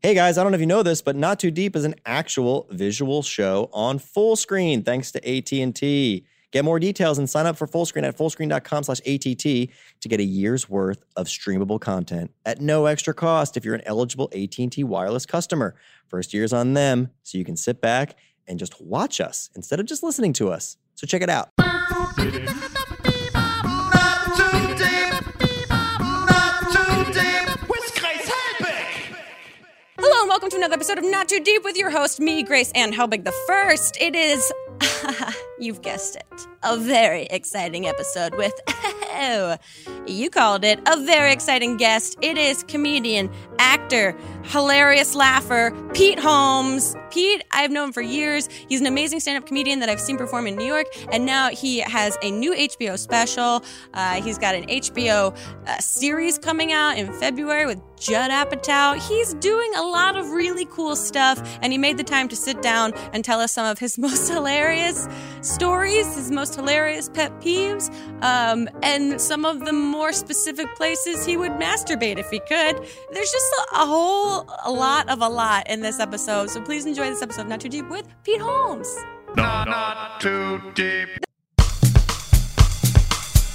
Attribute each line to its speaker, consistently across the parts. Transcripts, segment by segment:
Speaker 1: Hey guys, I don't know if you know this, but Not Too Deep is an actual visual show on full screen thanks to AT&T. Get more details and sign up for full screen at fullscreen.com slash ATT to get a year's worth of streamable content at no extra cost if you're an eligible AT&T wireless customer. First year's on them, so you can sit back and just watch us instead of just listening to us. So check it out.
Speaker 2: Not too deep. Not too deep. With Grace Helbig.
Speaker 3: Hello and welcome to another episode of Not Too Deep with your host, me, Grace Ann Helbig the First. It is, you've guessed it, a very exciting episode with, oh, you called it, a very exciting guest. It is comedian, actor, hilarious laugher, Pete Holmes. Pete, I've known for years. He's an amazing stand-up comedian that I've seen perform in New York, and now he has a new HBO special. Uh, he's got an HBO uh, series coming out in February with Judd Apatow. He's doing a lot of really cool stuff, and he made the time to sit down and tell us some of his most hilarious stories, his most hilarious pet peeves, um, and some of the more specific places he would masturbate if he could. There's just a, a whole a lot of a lot in this episode, so please enjoy this episode of Not Too Deep with Pete Holmes.
Speaker 2: Not too deep.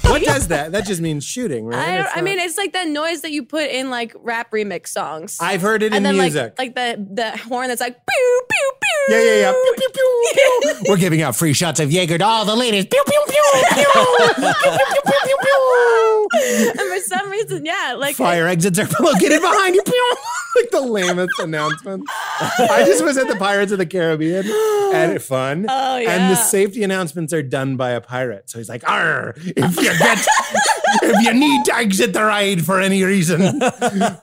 Speaker 4: What does that? That just means shooting, right?
Speaker 5: I,
Speaker 4: It's
Speaker 5: don't, I
Speaker 4: not-
Speaker 5: mean, it's like that noise that you put in like rap remix songs.
Speaker 4: I've heard it in
Speaker 5: and then
Speaker 4: music.
Speaker 5: like like the the horn that's like pew pew pew.
Speaker 4: yeah, yeah, yeah. Pew, pew, pew, pew. We're giving out free shots of Jaeger to all the ladies. Pew, pew, pew, pew. pew, pew, pew, pew, pew, pew.
Speaker 5: And for some reason, yeah, like
Speaker 4: Fire exits are located behind you. Pew. Like the lamest announcement. I just was at the Pirates of the Caribbean and fun.
Speaker 5: Oh,
Speaker 4: And
Speaker 5: yeah.
Speaker 4: the safety announcements are done by a pirate. So he's like, Arr, if you get if you need to exit the ride for any reason,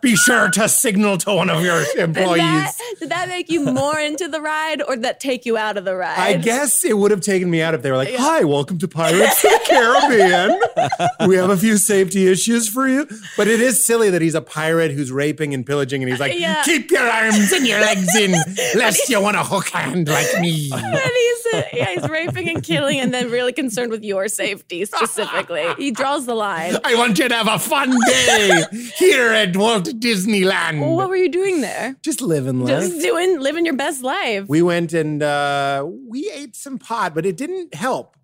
Speaker 4: be sure to signal to one of your
Speaker 5: Did
Speaker 4: employees.
Speaker 5: that, did that make you more into the ride, or did that take you out of the ride?
Speaker 4: I guess it would have taken me out if they were like, "Hi, welcome to Pirates of the Caribbean. We have a few safety issues for you." But it is silly that he's a pirate who's raping and pillaging, and he's like,
Speaker 5: Yeah.
Speaker 4: "Keep your arms and your legs in, lest you want a hook hand like me."
Speaker 5: And he's, uh, yeah, he's raping and killing, and then really concerned with your safety specifically. He draws the line.
Speaker 4: I want you to have a fun day here at Walt Disneyland.
Speaker 5: Well, what were you doing there?
Speaker 4: Just living life.
Speaker 5: Just doing, living your best life.
Speaker 4: we went and uh, we ate some pot, but it didn't help.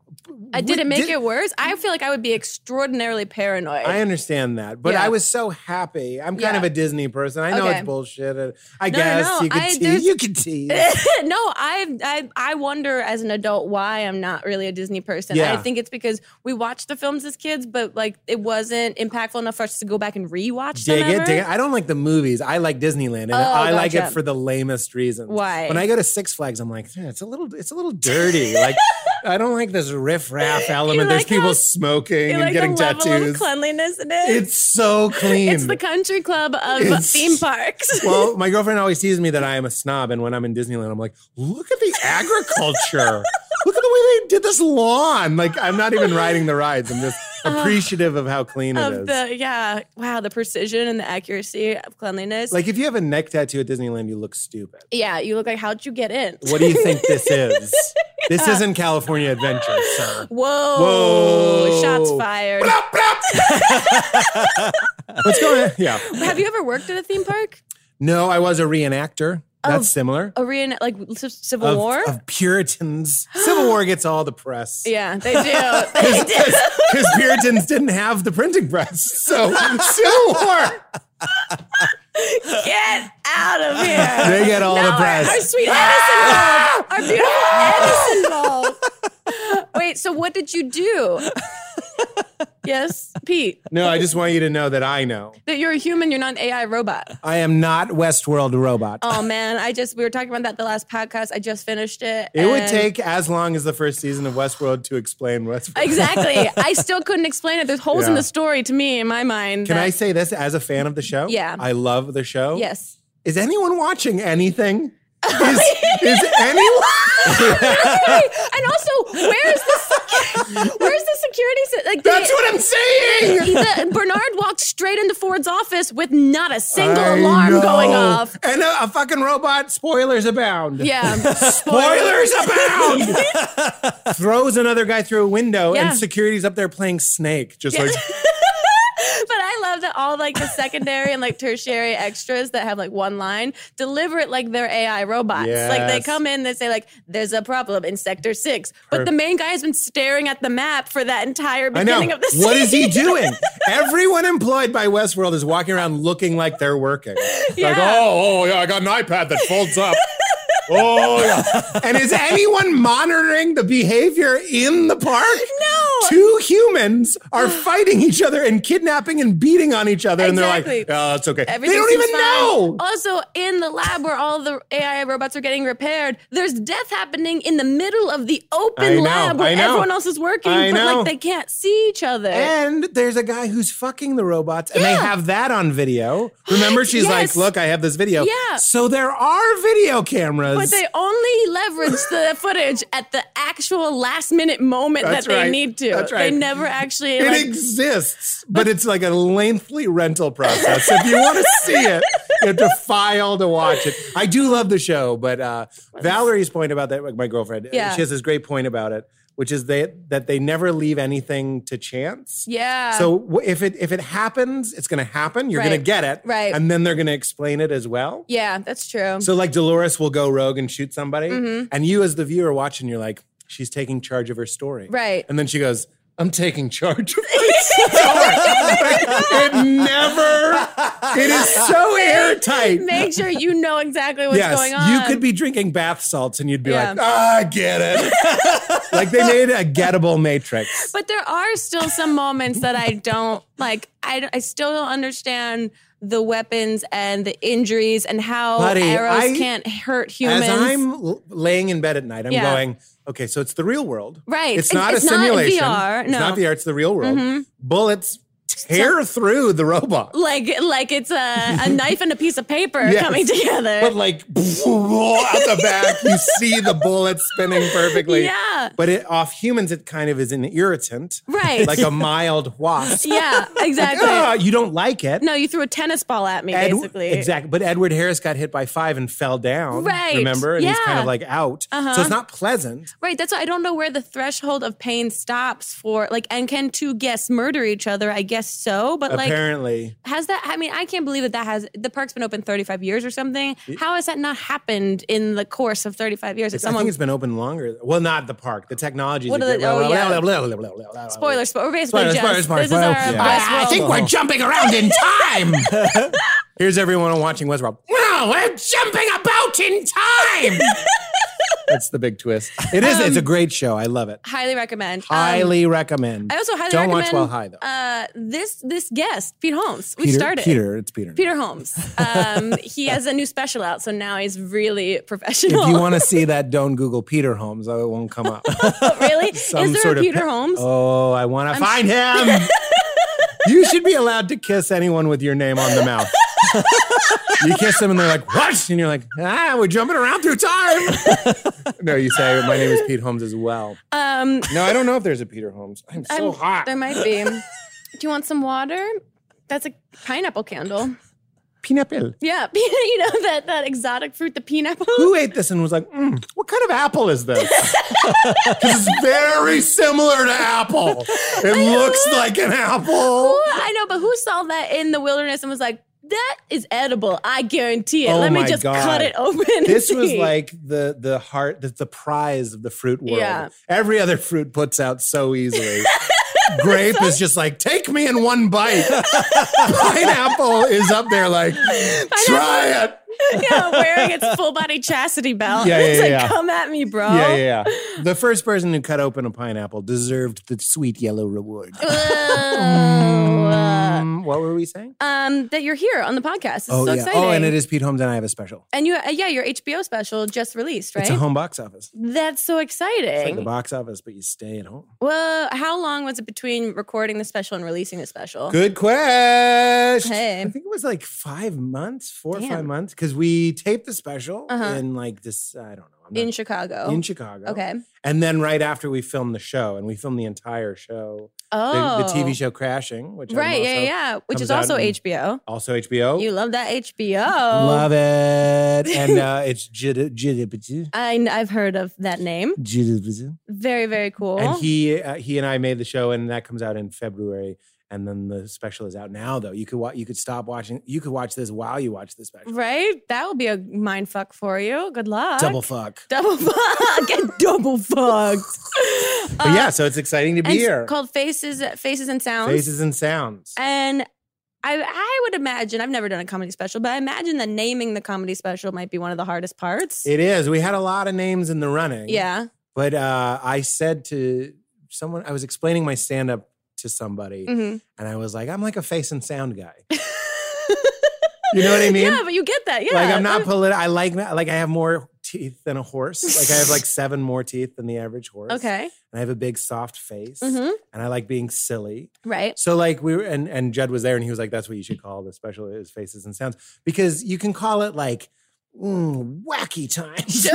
Speaker 5: I did
Speaker 4: We
Speaker 5: it make
Speaker 4: did-
Speaker 5: it worse? I feel like I would be extraordinarily paranoid.
Speaker 4: I understand that, but
Speaker 5: Yeah.
Speaker 4: I was so happy. I'm kind
Speaker 5: Yeah.
Speaker 4: of a Disney person. I know
Speaker 5: Okay.
Speaker 4: it's bullshit. uh, I
Speaker 5: No, no,
Speaker 4: guess
Speaker 5: no,
Speaker 4: you could
Speaker 5: I-
Speaker 4: see.
Speaker 5: there's-
Speaker 4: You could see.
Speaker 5: no, I, I I wonder as an adult why I'm not really a Disney person.
Speaker 4: Yeah.
Speaker 5: I think it's because we watched the films as kids, but like it wasn't impactful enough for us to go back and rewatch
Speaker 4: dig
Speaker 5: them.
Speaker 4: it,
Speaker 5: ever.
Speaker 4: dig it. I don't like the movies. I like Disneyland, and I like it
Speaker 5: Oh, gotcha.
Speaker 4: for the lamest reasons.
Speaker 5: Why?
Speaker 4: When I go to Six Flags, I'm like, "Eh, it's a little, it's a little dirty. like, I don't like this riff raff element. There's
Speaker 5: like
Speaker 4: people
Speaker 5: how-
Speaker 4: smoking
Speaker 5: You
Speaker 4: and
Speaker 5: like
Speaker 4: getting
Speaker 5: the level of
Speaker 4: tattoos.
Speaker 5: cleanliness in it.
Speaker 4: It's so clean.
Speaker 5: It's the country club of
Speaker 4: It's-
Speaker 5: theme parks.
Speaker 4: well, my girlfriend always teases me that I am a snob, and when I'm in Disneyland, I'm like, look at the agriculture. look at the way they did this lawn. Like, I'm not even riding the rides. I'm just appreciative of how clean it is.
Speaker 5: Uh, of the yeah, wow, the precision and the accuracy of cleanliness.
Speaker 4: like, if you have a neck tattoo at Disneyland, you look stupid.
Speaker 5: yeah, you look like how'd you get in?
Speaker 4: What do you think this is? This isn't California Adventure, sir.
Speaker 5: Whoa!
Speaker 4: Whoa.
Speaker 5: Shots fired.
Speaker 4: What's going on? Yeah.
Speaker 5: Have you ever worked at a theme park?
Speaker 4: No, I was a reenactor. That's
Speaker 5: Of-
Speaker 4: similar.
Speaker 5: A re- like c- Civil
Speaker 4: Of,
Speaker 5: War?
Speaker 4: of Puritans. Civil War gets all the press.
Speaker 5: Yeah, they do. They do.
Speaker 4: because Puritans didn't have the printing press. So Civil War.
Speaker 5: Get out of here.
Speaker 4: They get all
Speaker 5: Now
Speaker 4: the
Speaker 5: our-
Speaker 4: press.
Speaker 5: Our sweet Edison bulb. Our beautiful Edison bulb. Wait, so what did you do? Yes, Pete,
Speaker 4: No, I just want you to know that I know.
Speaker 5: that you're a human, you're not an AI robot.
Speaker 4: I am not Westworld robot.
Speaker 5: Oh man, I just we were talking about that the last podcast. I just finished it.
Speaker 4: it would
Speaker 5: and-
Speaker 4: take as long as the first season of Westworld to explain Westworld.
Speaker 5: Exactly. I still couldn't explain it. There's holes in
Speaker 4: Yeah.
Speaker 5: the story to me in my mind.
Speaker 4: Can
Speaker 5: that-
Speaker 4: I say this as a fan of the show?
Speaker 5: Yeah.
Speaker 4: I love the show.
Speaker 5: Yes.
Speaker 4: Is anyone watching anything? Is, is anyone?
Speaker 5: and also, where's the where's the security? se- Like
Speaker 4: That's
Speaker 5: they-
Speaker 4: what I'm saying.
Speaker 5: the, Bernard walked straight into Ford's office with not a single
Speaker 4: I
Speaker 5: alarm
Speaker 4: know.
Speaker 5: going off.
Speaker 4: And a, a fucking robot. Spoilers abound.
Speaker 5: Yeah.
Speaker 4: Spoilers abound. Throws another guy through a window,
Speaker 5: Yeah.
Speaker 4: and security's up there playing Snake, just like.
Speaker 5: but I love that. all like the secondary and like tertiary extras that have like one line deliver it like they're AI robots. Like they
Speaker 4: Yes.
Speaker 5: come in, they say like, "There's a problem in Sector 6. but the
Speaker 4: Perfect.
Speaker 5: main guy has been staring at the map for that entire
Speaker 4: I know.
Speaker 5: beginning of the scene.
Speaker 4: What is he doing? Everyone employed by Westworld is walking around looking like they're working. Like,
Speaker 5: Yeah.
Speaker 4: oh, oh, yeah, I got an iPad that folds up. oh, yeah. And is anyone monitoring the behavior in the park?
Speaker 5: No.
Speaker 4: Two humans are fighting each other and kidnapping and beating on each other.
Speaker 5: Exactly.
Speaker 4: And they're like, oh, it's okay. They
Speaker 5: Everything
Speaker 4: don't
Speaker 5: seems
Speaker 4: even
Speaker 5: fine. Oh,
Speaker 4: know.
Speaker 5: Also, in the lab where all the AI robots are getting repaired, there's death happening in the middle of the
Speaker 4: I
Speaker 5: open
Speaker 4: know,
Speaker 5: lab
Speaker 4: I
Speaker 5: where
Speaker 4: know.
Speaker 5: everyone else is working,
Speaker 4: I
Speaker 5: but
Speaker 4: know. Eh.
Speaker 5: like they can't see each other.
Speaker 4: And there's a guy who's fucking the robots, and they
Speaker 5: Yeah.
Speaker 4: have that on video. Remember, she's
Speaker 5: Yes.
Speaker 4: like, "Look, I have this video."
Speaker 5: Yeah.
Speaker 4: So there are video cameras.
Speaker 5: but they only leverage the footage at the actual last minute moment
Speaker 4: That's
Speaker 5: that they
Speaker 4: right.
Speaker 5: need to.
Speaker 4: That's right.
Speaker 5: They never actually.
Speaker 4: it
Speaker 5: like,
Speaker 4: exists, but it's like a lengthy rental process. if you want to see it, you have to file to watch it. I do love the show, but uh, Valerie's point about that, like my girlfriend, uh,
Speaker 5: Yeah.
Speaker 4: she has this great point about it, which is they, that they never leave anything to chance.
Speaker 5: yeah.
Speaker 4: So w- if it if it happens, it's going to happen. You're going
Speaker 5: Right.
Speaker 4: to get it,
Speaker 5: Right.
Speaker 4: And then they're going to explain it as well.
Speaker 5: yeah, that's true.
Speaker 4: So like Dolores will go rogue and shoot somebody,
Speaker 5: Mm-hmm.
Speaker 4: and you as the viewer watching, you're like, she's taking charge of her story,
Speaker 5: Right.
Speaker 4: And then she goes, "I'm taking charge of my story." it never. It is so airtight.
Speaker 5: Make sure you know exactly what's
Speaker 4: yes,
Speaker 5: going on.
Speaker 4: you could be drinking bath salts, and you'd be
Speaker 5: Yeah.
Speaker 4: like, "Ah, "I get it." like they made a gettable matrix.
Speaker 5: But there are still some moments that I don't like. I, I still don't understand the weapons and the injuries and how
Speaker 4: Buddy,
Speaker 5: arrows
Speaker 4: I-
Speaker 5: can't hurt humans.
Speaker 4: As I'm l- laying in bed at night, I'm
Speaker 5: Yeah.
Speaker 4: going, okay, so it's the real world.
Speaker 5: Right.
Speaker 4: It's
Speaker 5: It's-
Speaker 4: not
Speaker 5: it's
Speaker 4: a
Speaker 5: not
Speaker 4: simulation.
Speaker 5: VR,
Speaker 4: It's
Speaker 5: no. Mm-hmm.
Speaker 4: not VR, it's the real world. Bullets tear through the robot.
Speaker 5: like like it's a, a knife and a piece of paper
Speaker 4: Yes.
Speaker 5: coming together.
Speaker 4: But like out the back, you see the bullet spinning perfectly.
Speaker 5: Yeah.
Speaker 4: But it, off humans, it kind of is an irritant.
Speaker 5: Right.
Speaker 4: Like a mild wasp.
Speaker 5: yeah, exactly.
Speaker 4: Ah, you don't like it.
Speaker 5: no, you threw a tennis ball at me,
Speaker 4: Ed-
Speaker 5: basically.
Speaker 4: Exactly. But Edward Harris got hit by five and fell down.
Speaker 5: Right.
Speaker 4: Remember? And he's kind
Speaker 5: Yeah. Uh-huh.
Speaker 4: of like out. So it's not pleasant.
Speaker 5: Right. That's why I don't know where the threshold of pain stops for like. And can two guests murder each other? I guess so. But like,
Speaker 4: Apparently.
Speaker 5: Has that? I mean, I can't believe that that has. The park's been open 35 years or something. How has that not happened in the course of 35 years? If
Speaker 4: I think
Speaker 5: someone
Speaker 4: it's been open longer. Well, not the park. The technology.
Speaker 5: What are the- oh, yeah. spoiler, spo- we're basically
Speaker 4: Spoiler,
Speaker 5: just
Speaker 4: spoiler, spoiler,
Speaker 5: this
Speaker 4: spoiler.
Speaker 5: is our
Speaker 4: Yeah.
Speaker 5: Westworld.
Speaker 4: jumping around in time. Here's everyone watching Westworld. No, we're jumping about in time. That's the big twist. It is. it's a great show. I love it.
Speaker 5: highly recommend. Um,
Speaker 4: Highly recommend.
Speaker 5: I also highly
Speaker 4: don't
Speaker 5: recommend
Speaker 4: watch Well High though.
Speaker 5: Uh, this this guest, Pete Holmes. We
Speaker 4: Peter,
Speaker 5: started
Speaker 4: Peter, it's Peter.
Speaker 5: Peter Holmes. Um, he has a new special out, so now he's really
Speaker 4: If
Speaker 5: professional.
Speaker 4: you want to see that, don't Google Peter Holmes. Oh, it won't come up.
Speaker 5: really? Is
Speaker 4: some
Speaker 5: there
Speaker 4: sort
Speaker 5: a
Speaker 4: of
Speaker 5: Peter
Speaker 4: pe-
Speaker 5: Holmes?
Speaker 4: Oh, I want to find him. you should be allowed to kiss anyone with your name on the mouth. you kiss them and they're like, "What?" And you're like, "Ah, we're jumping around through time." no, you say, "My name is Pete Holmes as well."
Speaker 5: Um,
Speaker 4: No, I don't know if there's a Peter Holmes. I'm so
Speaker 5: I'm-
Speaker 4: hot.
Speaker 5: There might be. Do you want some water? That's a pineapple candle.
Speaker 4: Pineapple.
Speaker 5: Yeah, you know that that exotic fruit, the pineapple.
Speaker 4: Who ate this and was like, mm, "What kind of apple is this?" Because it's very similar to apple. It looks like an apple.
Speaker 5: Who- I know, but who saw that in the wilderness and was like, "That is edible. I guarantee it.
Speaker 4: Oh
Speaker 5: Let me
Speaker 4: my
Speaker 5: just
Speaker 4: God.
Speaker 5: cut it open." and
Speaker 4: this was
Speaker 5: see."
Speaker 4: like the the heart the, the prize of the fruit world
Speaker 5: Yeah.
Speaker 4: every other fruit puts out so easily grape is just like take me in one bite pineapple is up there like try it
Speaker 5: yeah, wearing its full body chastity belt.
Speaker 4: Yeah,
Speaker 5: it's
Speaker 4: yeah,
Speaker 5: like,
Speaker 4: yeah.
Speaker 5: come at me, bro.
Speaker 4: yeah yeah yeah the first person who cut open a pineapple deserved the sweet yellow reward
Speaker 5: Whoa.
Speaker 4: Mm, what were we saying
Speaker 5: um, that you're here on the podcast. It's so
Speaker 4: yeah
Speaker 5: exciting.
Speaker 4: oh and it is pete holmes and i have a special
Speaker 5: And you, uh, yeah, your HBO special just released, right?
Speaker 4: it's a home box office
Speaker 5: That's so
Speaker 4: it's like the
Speaker 5: exciting.
Speaker 4: box office but you stay at home
Speaker 5: well, how long was it between recording the special and releasing the special?
Speaker 4: Good question.
Speaker 5: Hey.
Speaker 4: I think it was like five months, four or five
Speaker 5: Damn.
Speaker 4: months, because we taped the special
Speaker 5: Uh-huh.
Speaker 4: in like this, I don't know. I'm
Speaker 5: In
Speaker 4: not-
Speaker 5: Chicago.
Speaker 4: in Chicago.
Speaker 5: Okay.
Speaker 4: And then right after we filmed the show, and we filmed the entire show, the-
Speaker 5: Oh,
Speaker 4: the, TV show Crashing, which I'm
Speaker 5: Right, yeah,
Speaker 4: also-
Speaker 5: yeah, which
Speaker 4: comes
Speaker 5: is
Speaker 4: out
Speaker 5: also
Speaker 4: in-
Speaker 5: HBO.
Speaker 4: also HBO.
Speaker 5: You love that HBO.
Speaker 4: Oh. Love it. And uh, it's Jid- Jid-
Speaker 5: I, have heard of that name.
Speaker 4: Jid-
Speaker 5: Very, very cool.
Speaker 4: And he uh, he and I made the show, and that comes out in February. And then the special is out now, though. You could wa- you could stop watching. You could watch this while you watch the special.
Speaker 5: Right? That will be a mind fuck for you. Good luck.
Speaker 4: Double fuck.
Speaker 5: double fuck. Get double fucked. Uh,
Speaker 4: but yeah, so it's exciting to be
Speaker 5: And it's
Speaker 4: here.
Speaker 5: called faces, faces and sounds.
Speaker 4: Faces and sounds.
Speaker 5: And I, I would imagine I've never done a comedy special, but I imagine that naming the comedy special might be one of the hardest parts.
Speaker 4: It is. We had a lot of names in the running.
Speaker 5: yeah.
Speaker 4: But uh, I said to someone, I was explaining my stand up to somebody,
Speaker 5: hmm
Speaker 4: and I was like, I'm like a face and sound guy. you know what I mean?
Speaker 5: Yeah, but you get that. Yeah.
Speaker 4: like I'm not politi- I like like I have more teeth than a horse. Like I have like seven more teeth than the average horse.
Speaker 5: Okay.
Speaker 4: And I have a big soft face,
Speaker 5: hmm
Speaker 4: and I like being silly.
Speaker 5: Right.
Speaker 4: So like we were, and and Judd was there, and he was like, "That's what you should call the special is faces and sounds because you can call it like mm, wacky times."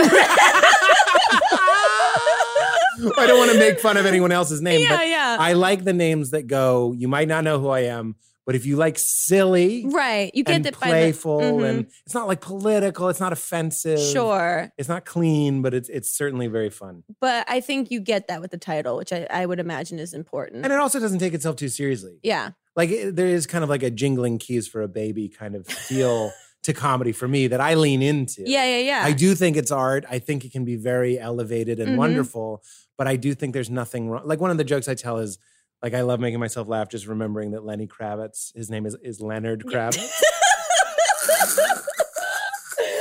Speaker 4: I don't want to make fun of anyone else's name,
Speaker 5: yeah,
Speaker 4: but
Speaker 5: yeah.
Speaker 4: I like the names that go. You might not know who I am, but if you like silly
Speaker 5: right. You get
Speaker 4: and
Speaker 5: that by the Mm-hmm.
Speaker 4: playful, and it's not like political, it's not offensive,
Speaker 5: sure.
Speaker 4: it's not clean, but it's it's certainly very fun,
Speaker 5: But I think you get that with the title, which I, I would imagine is important.
Speaker 4: and it also doesn't take itself too seriously.
Speaker 5: yeah.
Speaker 4: like it, there is kind of like a jingling keys for a baby kind of feel to comedy for me that I lean into.
Speaker 5: Yeah, yeah, yeah.
Speaker 4: I do think it's art. I think it can be very elevated and
Speaker 5: Mhm.
Speaker 4: wonderful, but I do think there's nothing wrong. Like one of the jokes I tell is like I love making myself laugh just remembering that Lenny Kravitz, his name is is Leonard Kravitz.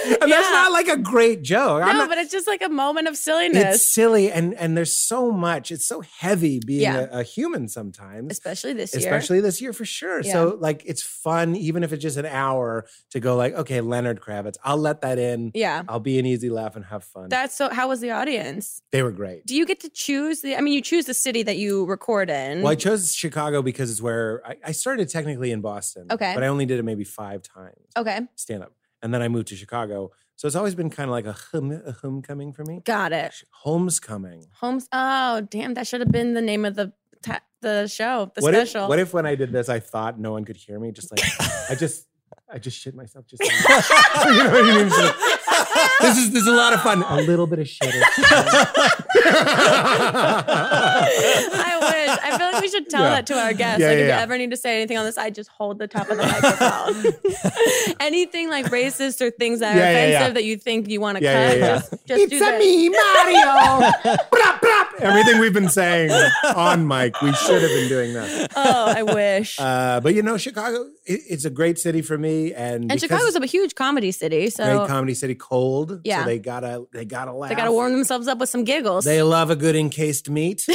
Speaker 4: and that's
Speaker 5: Yeah.
Speaker 4: not like a great joke.
Speaker 5: no,
Speaker 4: I'm not,
Speaker 5: but it's just like a moment of
Speaker 4: it's
Speaker 5: silliness,
Speaker 4: silly and and there's so much. It's so heavy being
Speaker 5: Yeah.
Speaker 4: a, a human sometimes
Speaker 5: especially this year.
Speaker 4: especially this year for sure. So like it's fun, even if it's just an hour, to go like, okay, Leonard Kravitz, I'll let that in.
Speaker 5: Yeah.
Speaker 4: I'll be an easy laugh and have fun.
Speaker 5: That's so. How was the audience?
Speaker 4: they were great.
Speaker 5: Do you get to choose the? I mean, you choose the city that you record in.
Speaker 4: Well, I chose Chicago because it's where I, I started technically in Boston.
Speaker 5: Okay. Oh.
Speaker 4: But I only did it maybe five times
Speaker 5: Okay,
Speaker 4: stand up. And then I moved to Chicago. So it's always been kind of like a, hum, a homecoming for me.
Speaker 5: got it.
Speaker 4: Homescoming.
Speaker 5: Holmes. Oh, damn! That should have been the name of the ta- the show, the
Speaker 4: what
Speaker 5: special.
Speaker 4: If, what if when I did this, I thought no one could hear me? Just like I just, I just shit myself. Just you know what I mean? Just like, this is this is a lot of fun. A little bit of shit. is fun.
Speaker 5: I wish. I feel like we should tell
Speaker 4: Yeah.
Speaker 5: that to our guests.
Speaker 4: Yeah,
Speaker 5: like,
Speaker 4: yeah,
Speaker 5: if
Speaker 4: yeah.
Speaker 5: you ever need to say anything on this, I just hold the top of the microphone. anything like racist or things that are
Speaker 4: Yeah, yeah,
Speaker 5: offensive
Speaker 4: yeah.
Speaker 5: that you think you want to
Speaker 4: Yeah, yeah,
Speaker 5: cut,
Speaker 4: yeah.
Speaker 5: just, just do that.
Speaker 4: Mario. Brap, brap. Everything we've been saying on mic, we should have been doing that.
Speaker 5: Oh, I wish.
Speaker 4: Uh, but you know, Chicago, it, it's a great city for me, and
Speaker 5: and
Speaker 4: because
Speaker 5: Chicago's a huge comedy city,
Speaker 4: great
Speaker 5: so
Speaker 4: comedy city. Cold,
Speaker 5: Yeah.
Speaker 4: So they gotta, they gotta laugh.
Speaker 5: they got to warm themselves up with some giggles.
Speaker 4: They love a good encased meat.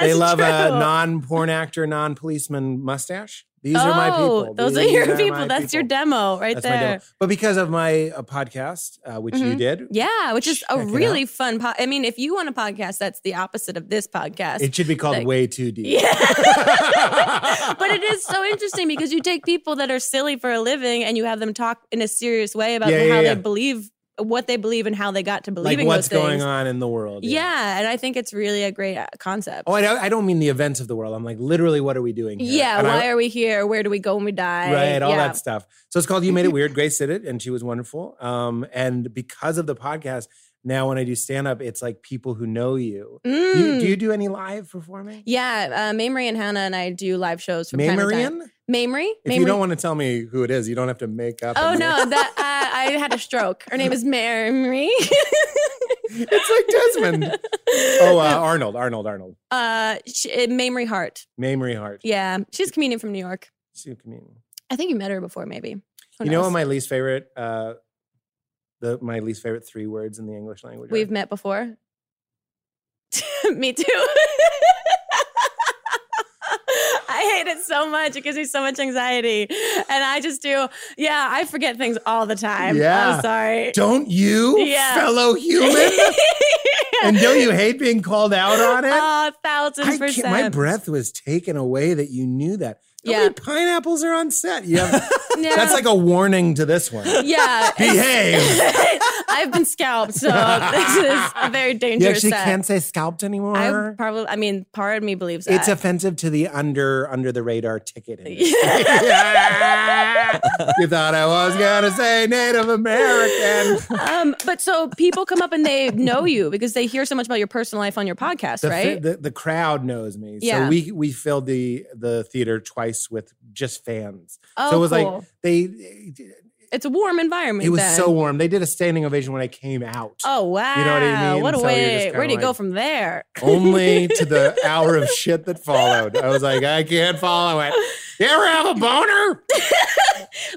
Speaker 4: they love uh, a
Speaker 5: true.
Speaker 4: non porn actor, non policeman mustache. These are my
Speaker 5: Oh,
Speaker 4: people.
Speaker 5: Those are
Speaker 4: These
Speaker 5: your
Speaker 4: my
Speaker 5: people. That's your
Speaker 4: people.
Speaker 5: demo right
Speaker 4: That's my
Speaker 5: there.
Speaker 4: demo. But because of my uh, podcast, uh, which you
Speaker 5: Mhm.
Speaker 4: did,
Speaker 5: Yeah, which is a
Speaker 4: Check it
Speaker 5: really fun. Po- I mean, if you want a podcast, that's the opposite of this podcast.
Speaker 4: it should be called
Speaker 5: Like-
Speaker 4: Way Too Deep.
Speaker 5: Yeah. but it is so interesting because you take people that are silly for a living and you have them talk in a serious way about
Speaker 4: Yeah,
Speaker 5: how
Speaker 4: yeah,
Speaker 5: they
Speaker 4: yeah.
Speaker 5: believe what they believe and how they got to
Speaker 4: like
Speaker 5: believing
Speaker 4: what's
Speaker 5: those things.
Speaker 4: going on in the world.
Speaker 5: Yeah. and I think it's really a great uh, concept.
Speaker 4: Oh, I don't, I don't mean the events of the world. I'm like, literally, what are we doing here?
Speaker 5: yeah,
Speaker 4: And I-
Speaker 5: why are we here? Where do we go when we die?
Speaker 4: right all
Speaker 5: yeah. Mm-hmm.
Speaker 4: that stuff so it's called you made it weird grace did it and she was wonderful um and because of the podcast now when i do stand up it's like people who know you you,
Speaker 5: Mm.
Speaker 4: do you do any live performing
Speaker 5: yeah, uh, Mamrie and Hannah and I do live shows from time to time.
Speaker 4: Mamarian?
Speaker 5: Mamrie?
Speaker 4: If you don't want to tell me who it is, you don't have to make up.
Speaker 5: Oh
Speaker 4: a name.
Speaker 5: no, that uh, I had a stroke. Her name is Mamrie.
Speaker 4: it's like Desmond. Oh, uh, Arnold, Arnold, Arnold.
Speaker 5: uh, she, uh, Mamrie Hart.
Speaker 4: Mamrie Hart.
Speaker 5: Yeah, she's a comedian from New York.
Speaker 4: See what I mean.
Speaker 5: I think you met her before, maybe. Who
Speaker 4: You know
Speaker 5: knows?
Speaker 4: what my least favorite, uh, the my least favorite three words in the English language. are?
Speaker 5: We've met before. me too. I hate it so much. It gives me so much anxiety. And I just do, yeah, I forget things all the time.
Speaker 4: Yeah.
Speaker 5: I'm sorry.
Speaker 4: don't you,
Speaker 5: Yeah.
Speaker 4: fellow human, and don't you hate being called out on it?
Speaker 5: Oh, thousands
Speaker 4: I can't-
Speaker 5: percent.
Speaker 4: my breath was taken away that you knew that. How
Speaker 5: Yeah.
Speaker 4: many pineapples are on set? You have-
Speaker 5: Yeah.
Speaker 4: That's like a warning to this one.
Speaker 5: yeah.
Speaker 4: Behave.
Speaker 5: I I've been scalped, so this is a very
Speaker 4: You
Speaker 5: dangerous
Speaker 4: actually
Speaker 5: set.
Speaker 4: can't say scalped anymore.
Speaker 5: I probably, I mean, part of me believes that.
Speaker 4: It's offensive to the under under the radar ticket. industry. you thought I was gonna say Native American.
Speaker 5: um, but so people come up and they know you because they hear so much about your personal life on your podcast,
Speaker 4: The,
Speaker 5: right?
Speaker 4: the, the crowd knows me.
Speaker 5: Yeah.
Speaker 4: So we we filled the the theater twice with just fans.
Speaker 5: oh,
Speaker 4: so it was like
Speaker 5: cool.
Speaker 4: they
Speaker 5: it's a warm environment.
Speaker 4: it was
Speaker 5: then.
Speaker 4: so warm. They did a standing ovation when I came out.
Speaker 5: Oh wow!
Speaker 4: You know what I mean?
Speaker 5: What a
Speaker 4: So you're just
Speaker 5: way!
Speaker 4: kinda
Speaker 5: Where do you go
Speaker 4: like- Oh.
Speaker 5: from there?
Speaker 4: Only to the hour of shit that followed. I was like, I can't follow it. You ever have a boner?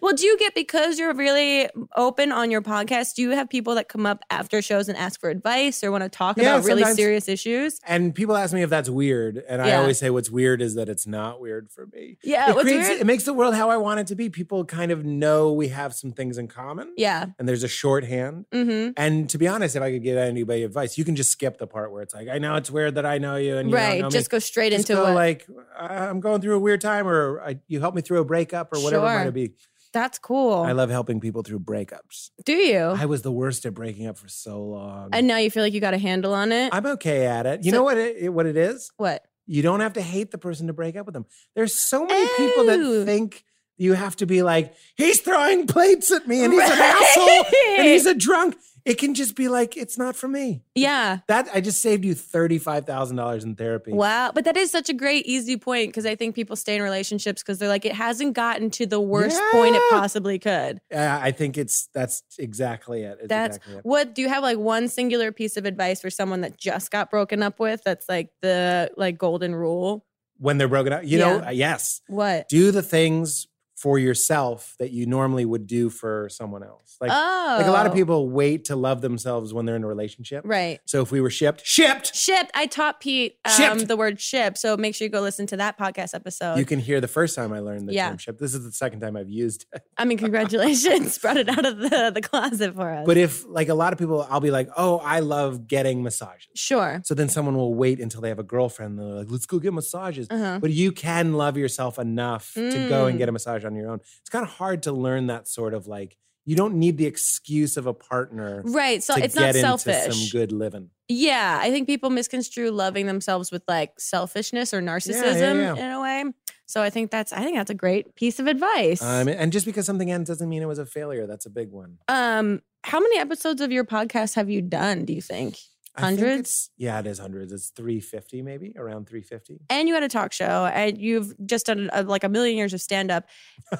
Speaker 5: Well, do you get because you're really open on your podcast? Do you have people that come up after shows and ask for advice or want to talk
Speaker 4: Yeah,
Speaker 5: about really
Speaker 4: sometimes.
Speaker 5: serious issues?
Speaker 4: And people ask me if that's weird, and I
Speaker 5: Yeah.
Speaker 4: always say what's weird is that it's not weird for me.
Speaker 5: Yeah,
Speaker 4: it,
Speaker 5: what's
Speaker 4: creates-
Speaker 5: weird-
Speaker 4: it makes the world how I want it to be. People kind of know we have some things in common,
Speaker 5: Yeah.
Speaker 4: and there's a shorthand.
Speaker 5: Mm-hmm.
Speaker 4: And to be honest, if I could give anybody advice, you can just skip the part where it's like, I know it's weird that I know you, and you don't
Speaker 5: Right.
Speaker 4: know
Speaker 5: Just
Speaker 4: me.
Speaker 5: go straight
Speaker 4: Just
Speaker 5: into
Speaker 4: go
Speaker 5: it.
Speaker 4: like "I- I'm going through a weird time, or I, you helped me through a breakup, or whatever
Speaker 5: Sure.
Speaker 4: it might be.
Speaker 5: That's cool.
Speaker 4: I love helping people through breakups.
Speaker 5: do you?
Speaker 4: I was the worst at breaking up for so long.
Speaker 5: and now you feel like you got a handle on it.
Speaker 4: I'm okay at it. You
Speaker 5: So-
Speaker 4: know what it, it- what it is?
Speaker 5: what?
Speaker 4: You don't have to hate the person to break up with them. There's so many people that
Speaker 5: Oh.
Speaker 4: think you have to be like, he's throwing plates at me and he's an asshole and he's a drunk. It can just be like, it's not for me.
Speaker 5: Yeah.
Speaker 4: That I just saved you thirty-five thousand dollars in therapy.
Speaker 5: Wow. But that is such a great, easy point because I think people stay in relationships because they're like, it hasn't gotten to the worst point it
Speaker 4: Yeah.
Speaker 5: possibly could.
Speaker 4: Uh, I think it's that's exactly it. It's
Speaker 5: That's
Speaker 4: exactly it.
Speaker 5: what do you have like one singular piece of advice for someone that just got broken up with that's like the like golden rule?
Speaker 4: when they're broken up. You know,
Speaker 5: Yeah.
Speaker 4: uh, yes,
Speaker 5: What?
Speaker 4: do the things for yourself that you normally would do for someone else. Like
Speaker 5: oh.
Speaker 4: Like a lot of people wait to love themselves when they're in a relationship.
Speaker 5: Right.
Speaker 4: So if we were shipped, shipped,
Speaker 5: Ship. I taught Pete um,
Speaker 4: Shipped.
Speaker 5: the word ship. So make sure you go listen to that podcast episode.
Speaker 4: you can hear the first time I learned the
Speaker 5: Yeah.
Speaker 4: term shipped. This is the second time I've used it.
Speaker 5: I mean, congratulations. Brought it out of the, the closet for us.
Speaker 4: But if like a lot of people, I'll be like, oh, I love getting massages.
Speaker 5: sure.
Speaker 4: So then someone will wait until they have a girlfriend. And they're like, let's go get massages.
Speaker 5: Uh-huh.
Speaker 4: But you can love yourself enough to go
Speaker 5: Mm.
Speaker 4: and get a massage on your own. It's kind of hard to learn that sort of like, you don't need the excuse of a partner
Speaker 5: Right. So
Speaker 4: to
Speaker 5: it's not
Speaker 4: get
Speaker 5: selfish.
Speaker 4: into some good living.
Speaker 5: Yeah, I think people misconstrue loving themselves with like selfishness or narcissism
Speaker 4: yeah.
Speaker 5: in a way. So I think that's I think that's a great piece of advice.
Speaker 4: Um, and just because something ends doesn't mean it was a failure. That's a big one.
Speaker 5: um, how many episodes of your podcast have you done? Do you think?
Speaker 4: I think
Speaker 5: Hundreds?
Speaker 4: it's- yeah, it is hundreds. It's 350 maybe, around 350.
Speaker 5: And you had a talk show, and you've just done uh like a million years of stand up.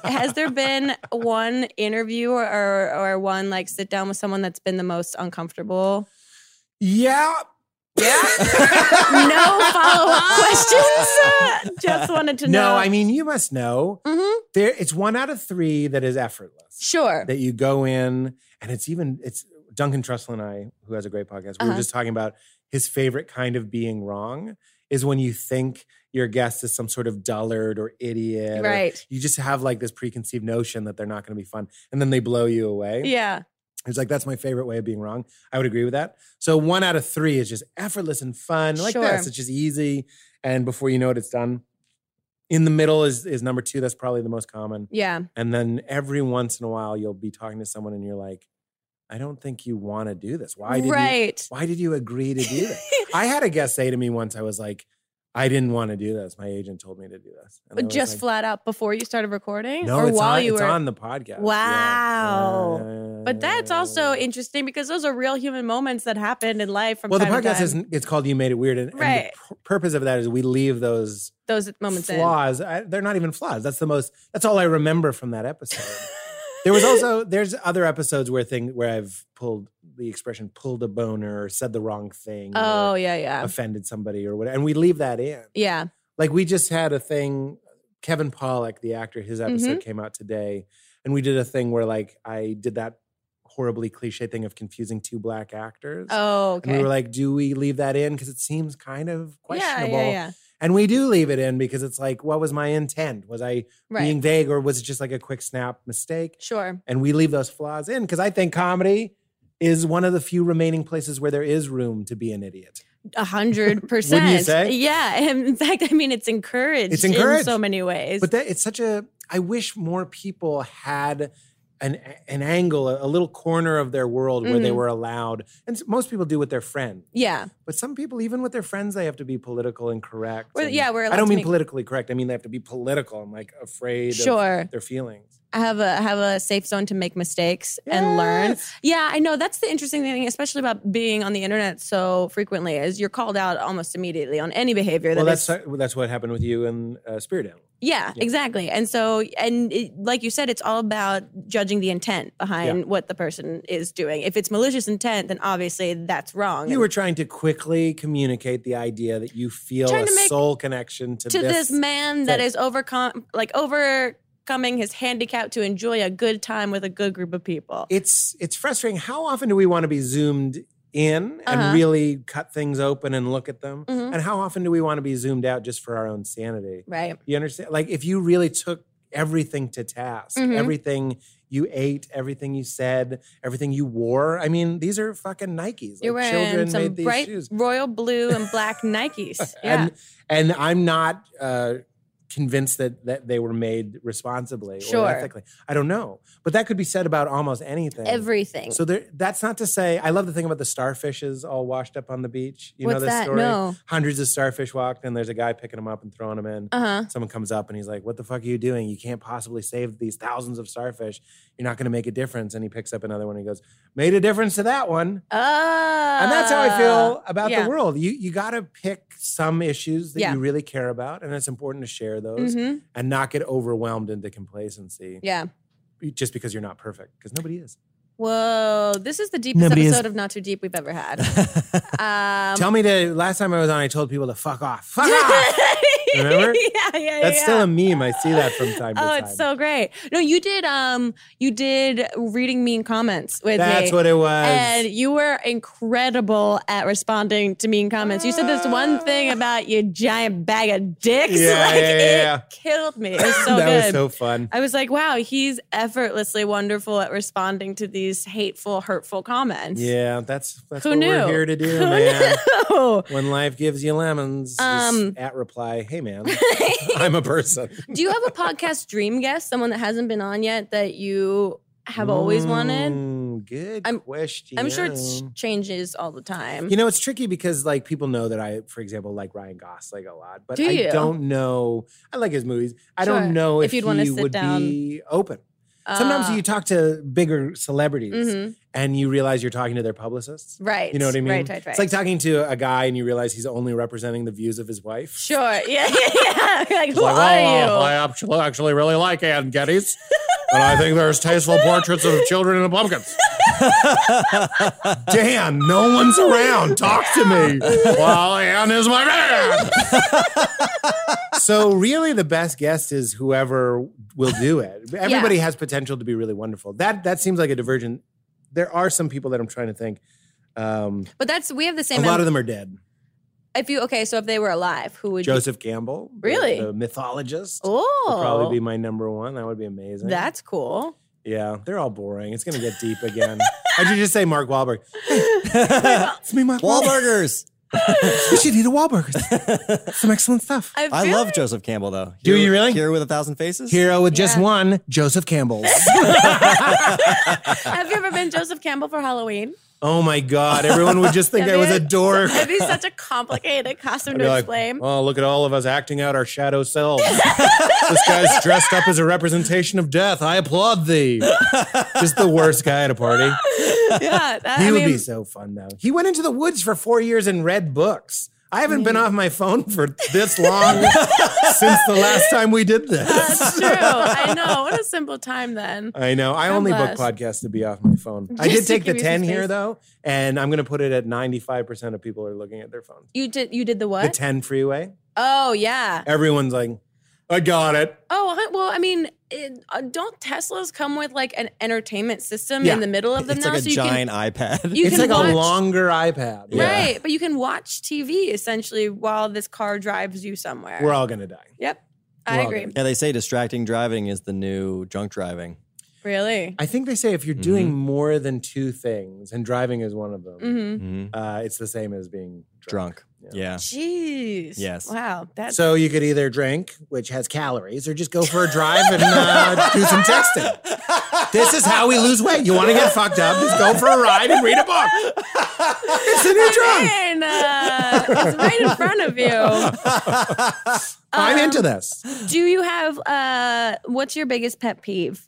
Speaker 5: Has there been one interview or, or or one like sit down with someone that's been the most uncomfortable?
Speaker 4: Yeah. Yeah.
Speaker 5: No follow up questions. just wanted to know.
Speaker 4: No, I mean you must know.
Speaker 5: Mhm.
Speaker 4: There it's one out of 3 that is effortless.
Speaker 5: sure.
Speaker 4: That you go in and it's even it's Duncan Trussell and I who has a great podcast. We
Speaker 5: Uh-huh.
Speaker 4: were just talking about his favorite kind of being wrong is when you think your guest is some sort of dullard or idiot. or
Speaker 5: Right.
Speaker 4: you just have like this preconceived notion that they're not going to be fun and then they blow you away.
Speaker 5: Yeah.
Speaker 4: It's like, that's my favorite way of being wrong. I would agree with that. So one out of three is just effortless and fun, like
Speaker 5: Sure.
Speaker 4: this. It's just easy. And before you know it, it's done. In the middle is is number two. That's probably the most common.
Speaker 5: Yeah.
Speaker 4: And then every once in a while you'll be talking to someone and you're like, I don't think you want to do this. Why did you
Speaker 5: right.
Speaker 4: why did you agree to do that? I had a guest say to me once, I was like, I didn't want to do this. My agent told me to do this. And I
Speaker 5: But
Speaker 4: was
Speaker 5: just
Speaker 4: like,
Speaker 5: flat out before you started recording
Speaker 4: no,
Speaker 5: or
Speaker 4: it's
Speaker 5: while
Speaker 4: on,
Speaker 5: you
Speaker 4: it's
Speaker 5: were
Speaker 4: on the podcast. Yeah.
Speaker 5: Wow.
Speaker 4: Yeah.
Speaker 5: But that's also interesting because those are real human moments that happen in life from
Speaker 4: well, the
Speaker 5: time to
Speaker 4: podcast
Speaker 5: time.
Speaker 4: is it's called "You Made It Weird," and, and
Speaker 5: Right.
Speaker 4: the pr- purpose of that is we leave those
Speaker 5: those moments in.
Speaker 4: flaws. I, they're not even flaws. That's the most. That's all I remember from that episode. there was also there's other episodes where thing where I've pulled the expression "pulled a boner" or said the wrong thing,
Speaker 5: Oh
Speaker 4: or
Speaker 5: yeah, yeah.
Speaker 4: offended somebody or whatever, and we leave that in.
Speaker 5: Yeah.
Speaker 4: Like we just had a thing. Kevin Pollak, the actor, his episode
Speaker 5: Mm-hmm.
Speaker 4: came out today, and we did a thing where like I did that horribly cliche thing of confusing two black actors.
Speaker 5: Oh,
Speaker 4: And we
Speaker 5: okay.
Speaker 4: were like, do we leave that in? Because it seems kind of
Speaker 5: yeah,
Speaker 4: questionable.
Speaker 5: yeah, yeah.
Speaker 4: And we do leave it in because it's like, what was my intent? Was I
Speaker 5: Right.
Speaker 4: being vague or was it just like a quick snap mistake?
Speaker 5: sure.
Speaker 4: And we leave those flaws in because I think comedy is one of the few remaining places where there is room to be an idiot.
Speaker 5: A hundred percent.
Speaker 4: say?
Speaker 5: Yeah. And in fact, I mean it's encouraged,
Speaker 4: It's encouraged.
Speaker 5: in so many ways.
Speaker 4: But that it's such a I wish more people had an an angle, a little corner of their world where they
Speaker 5: Mhm.
Speaker 4: were allowed. And s- most people do with their friend,
Speaker 5: Yeah.
Speaker 4: but some people, even with their friends, they have to be political and correct.
Speaker 5: Or-
Speaker 4: and-
Speaker 5: yeah, we're
Speaker 4: I
Speaker 5: allowed
Speaker 4: don't
Speaker 5: to
Speaker 4: mean
Speaker 5: make-
Speaker 4: politically correct. I mean they have to be political and like afraid
Speaker 5: Sure.
Speaker 4: of their feelings
Speaker 5: I have a have a safe zone to make mistakes and learn.
Speaker 4: Yes.
Speaker 5: Yeah, I know that's the interesting thing, especially about being on the internet so frequently, is you're called out almost immediately on any behavior.
Speaker 4: Well,
Speaker 5: that
Speaker 4: that's
Speaker 5: is-
Speaker 4: that's what happened with you and uh, Spirit Animal.
Speaker 5: yeah,
Speaker 4: yeah.
Speaker 5: exactly. And so, and it, like you said, it's all about judging the intent behind what the person is doing. If it's malicious intent, then obviously that's wrong.
Speaker 4: You were trying to quickly communicate the idea that you feel
Speaker 5: Trying
Speaker 4: a
Speaker 5: to make-
Speaker 4: soul connection to,
Speaker 5: to
Speaker 4: this.
Speaker 5: this man that
Speaker 4: thing.
Speaker 5: is overcome, like overcoming his handicap to enjoy a good time with a good group of people.
Speaker 4: It's it's frustrating. How often do we want to be zoomed in and
Speaker 5: Uh-huh.
Speaker 4: really cut things open and look at them?
Speaker 5: Mhm.
Speaker 4: And how often do we want to be zoomed out just for our own sanity?
Speaker 5: right.
Speaker 4: You understand? Like if you really took everything to task,
Speaker 5: Mhm.
Speaker 4: everything you ate, everything you said, everything you wore. I mean, these are fucking Nikes.
Speaker 5: You're
Speaker 4: like
Speaker 5: wearing
Speaker 4: children
Speaker 5: some
Speaker 4: made these
Speaker 5: bright
Speaker 4: shoes.
Speaker 5: royal blue and black Nikes. Yeah.
Speaker 4: And and I'm not uh, convinced that that they were made responsibly
Speaker 5: Sure.
Speaker 4: or ethically. I don't know, but that could be said about almost anything.
Speaker 5: Everything.
Speaker 4: So there, that's not to say. I love the thing about the starfishes all washed up on the beach. You know
Speaker 5: What's
Speaker 4: this
Speaker 5: that?
Speaker 4: story.
Speaker 5: No.
Speaker 4: Hundreds of starfish walked, and there's a guy picking them up and throwing them in.
Speaker 5: Uh huh.
Speaker 4: Someone comes up and he's like, "What the fuck are you doing? You can't possibly save these thousands of starfish. You're not going to make a difference." And he picks up another one. and he goes, "Made a difference to that one."
Speaker 5: Uh,
Speaker 4: and that's how I feel about
Speaker 5: yeah.
Speaker 4: the world. You you got to pick some issues that
Speaker 5: Yeah.
Speaker 4: you really care about, and it's important to share those
Speaker 5: hmm
Speaker 4: and not get overwhelmed into complacency
Speaker 5: Yeah.
Speaker 4: just because you're not perfect, because nobody is.
Speaker 5: Whoa. This is the deepest
Speaker 4: Nobody is-
Speaker 5: episode of Not Too Deep we've ever had. Um,
Speaker 4: Tell me to last time I was on, I told people to fuck off. Fuck off. Remember?
Speaker 5: yeah, yeah, yeah.
Speaker 4: That's
Speaker 5: yeah.
Speaker 4: still a meme. I see that from time to
Speaker 5: Oh,
Speaker 4: time.
Speaker 5: it's so great. No, you did. Um, you did reading mean comments with me.
Speaker 4: That's what it was.
Speaker 5: And you were incredible at responding to mean comments. You said this one
Speaker 4: Ah.
Speaker 5: thing about you giant bag of dicks.
Speaker 4: Yeah,
Speaker 5: like
Speaker 4: yeah, yeah, yeah.
Speaker 5: it killed me. It was so
Speaker 4: that
Speaker 5: good.
Speaker 4: was so fun.
Speaker 5: I was like, wow, he's effortlessly wonderful at responding to these hateful, hurtful comments.
Speaker 4: Yeah, that's that's
Speaker 5: Who
Speaker 4: what
Speaker 5: knew?
Speaker 4: we're here to do,
Speaker 5: Who
Speaker 4: man.
Speaker 5: knew?
Speaker 4: When life gives you lemons,
Speaker 5: Um,
Speaker 4: just at reply, hey man, I'm a person.
Speaker 5: Do you have a podcast dream guest, someone that hasn't been on yet that you have always wanted?
Speaker 4: Mm, Good
Speaker 5: I'm-
Speaker 4: question.
Speaker 5: I'm sure it changes all the time.
Speaker 4: You know, it's tricky because like people know that I, for example, like Ryan Gosling a lot, but
Speaker 5: Do
Speaker 4: I
Speaker 5: you?
Speaker 4: don't know. I like his movies. I
Speaker 5: Sure.
Speaker 4: don't know
Speaker 5: If
Speaker 4: if,
Speaker 5: you'd wanna
Speaker 4: he
Speaker 5: sit
Speaker 4: would
Speaker 5: down.
Speaker 4: be open. Sometimes
Speaker 5: Uh,
Speaker 4: you talk to bigger celebrities
Speaker 5: mhm.
Speaker 4: and you realize you're talking to their publicists.
Speaker 5: Right.
Speaker 4: You know what I mean?
Speaker 5: Right, right, right.
Speaker 4: It's like talking to a guy and you realize he's only representing the views of his wife.
Speaker 5: Sure. Yeah. Yeah. yeah. like,
Speaker 4: It's
Speaker 5: who
Speaker 4: like,
Speaker 5: are
Speaker 4: "Oh,
Speaker 5: you?
Speaker 4: I actually, actually really like Ann Geddes. and I think there's tasteful portraits of children in pumpkins. Dan, no one's around. Talk to me. Well, Ann is my man. so really the best guest is whoever will do it. Everybody has potential to be really wonderful. That that seems like a divergent. There are some people that I'm trying to think. Um,
Speaker 5: But that's we have the
Speaker 4: a
Speaker 5: same.
Speaker 4: lot of them are dead.
Speaker 5: if you okay, so if they were alive, who would
Speaker 4: Joseph Campbell, the-
Speaker 5: Really?
Speaker 4: the mythologist,
Speaker 5: You,
Speaker 4: would
Speaker 5: oh,
Speaker 4: probably be my number one. That would be amazing.
Speaker 5: that's cool.
Speaker 4: Yeah, they're all boring. It's gonna get deep again. I should just say Mark Wahlberg. It's me, Mark Wahlberg.
Speaker 1: Wahlburgers.
Speaker 4: we should eat a Wahlburgers. Some excellent stuff.
Speaker 5: I, feel
Speaker 1: I love
Speaker 5: like-
Speaker 1: Joseph Campbell though.
Speaker 4: Do
Speaker 1: Hero-
Speaker 4: you really?
Speaker 1: Hero with a thousand faces.
Speaker 4: Hero with just
Speaker 5: Yeah.
Speaker 4: one, Joseph Campbell's.
Speaker 5: Have you ever been Joseph Campbell for Halloween?
Speaker 4: oh my God! Everyone would just think I
Speaker 5: That'd
Speaker 4: was
Speaker 5: be
Speaker 4: a dork.
Speaker 5: It'd be such a complicated costume
Speaker 4: I'd be
Speaker 5: to
Speaker 4: like,
Speaker 5: explain.
Speaker 4: oh, look at all of us acting out our shadow selves. this guy's dressed up as a representation of death. I applaud thee. Just the worst guy at a party.
Speaker 5: yeah, that,
Speaker 4: He
Speaker 5: I
Speaker 4: would
Speaker 5: mean,
Speaker 4: be so fun though. He went into the woods for four years and read books. I haven't been off my phone for this long since the last time we did this.
Speaker 5: that's true. I know. What a simple time then.
Speaker 4: I know. I
Speaker 5: God
Speaker 4: only
Speaker 5: bless.
Speaker 4: book podcasts to be off my phone. I did
Speaker 5: Just to
Speaker 4: take the
Speaker 5: give you some
Speaker 4: 10 here
Speaker 5: space.
Speaker 4: though, and I'm going to put it at 95% of people are looking at their phone.
Speaker 5: You did. You did the
Speaker 4: The
Speaker 5: what?
Speaker 4: 10 freeway.
Speaker 5: oh yeah.
Speaker 4: Everyone's like, I got it.
Speaker 5: Oh huh, well, I mean, it, uh, don't Teslas come with like an entertainment system
Speaker 4: Yeah.
Speaker 5: in the middle of them
Speaker 1: It's
Speaker 5: now,
Speaker 1: like a
Speaker 5: so you can
Speaker 1: giant iPad.
Speaker 5: you
Speaker 4: it's
Speaker 5: can
Speaker 4: like a
Speaker 5: watch-
Speaker 4: longer iPad.
Speaker 1: Yeah.
Speaker 5: Right, but you can watch TV essentially while this car drives you somewhere.
Speaker 4: We're all going to die.
Speaker 5: yep, I
Speaker 4: we're all
Speaker 5: agree.
Speaker 4: good.
Speaker 1: yeah, they say distracting driving is the new drunk driving.
Speaker 5: Really?
Speaker 4: I think they say if you're doing more than two things, and driving is one of them,
Speaker 5: Mm-hmm.
Speaker 1: Mhm.
Speaker 4: uh, it's the same as being
Speaker 1: Drunk.
Speaker 4: drunk. Yeah.
Speaker 1: Yeah.
Speaker 5: Jeez.
Speaker 1: Yes.
Speaker 5: Wow. That's
Speaker 4: So you could either drink, which has calories, or just go for a drive and uh, do some testing. This is how we lose weight. You want to get fucked up? Just go for a ride and read a book. It's a new drug.
Speaker 5: Man, uh, it's right in front of you. Uh-huh.
Speaker 4: I'm into this.
Speaker 5: Do you have uh what's your biggest pet peeve?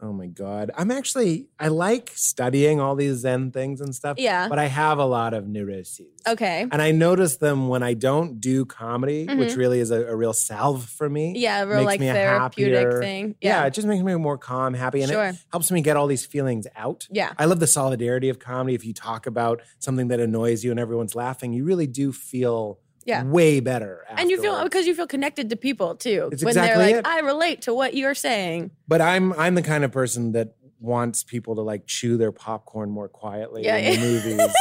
Speaker 4: Oh my god! I'm actually I like studying all these Zen things and stuff.
Speaker 5: Yeah.
Speaker 4: but I have a lot of neuroses.
Speaker 5: Okay.
Speaker 4: And I notice them when I don't do comedy, which really is a, a real salve for me.
Speaker 5: Mm-hmm. Yeah, a real
Speaker 4: Makes
Speaker 5: like
Speaker 4: me a
Speaker 5: therapeutic
Speaker 4: happier-
Speaker 5: thing.
Speaker 4: Yeah.
Speaker 5: Yeah.
Speaker 4: it just makes me more calm, happy, and
Speaker 5: Sure.
Speaker 4: it helps me get all these feelings out.
Speaker 5: Yeah.
Speaker 4: I love the solidarity of comedy. If you talk about something that annoys you and everyone's laughing, you really do feel
Speaker 5: Yeah.
Speaker 4: way better.
Speaker 5: And you feel
Speaker 4: afterwards.
Speaker 5: because you feel connected to people too.
Speaker 4: It's
Speaker 5: when
Speaker 4: exactly
Speaker 5: they're like,
Speaker 4: it.
Speaker 5: I relate to what you're saying.
Speaker 4: But I'm I'm the kind of person that wants people to like chew their popcorn more quietly
Speaker 5: Yeah,
Speaker 4: in
Speaker 5: yeah.
Speaker 4: the movies.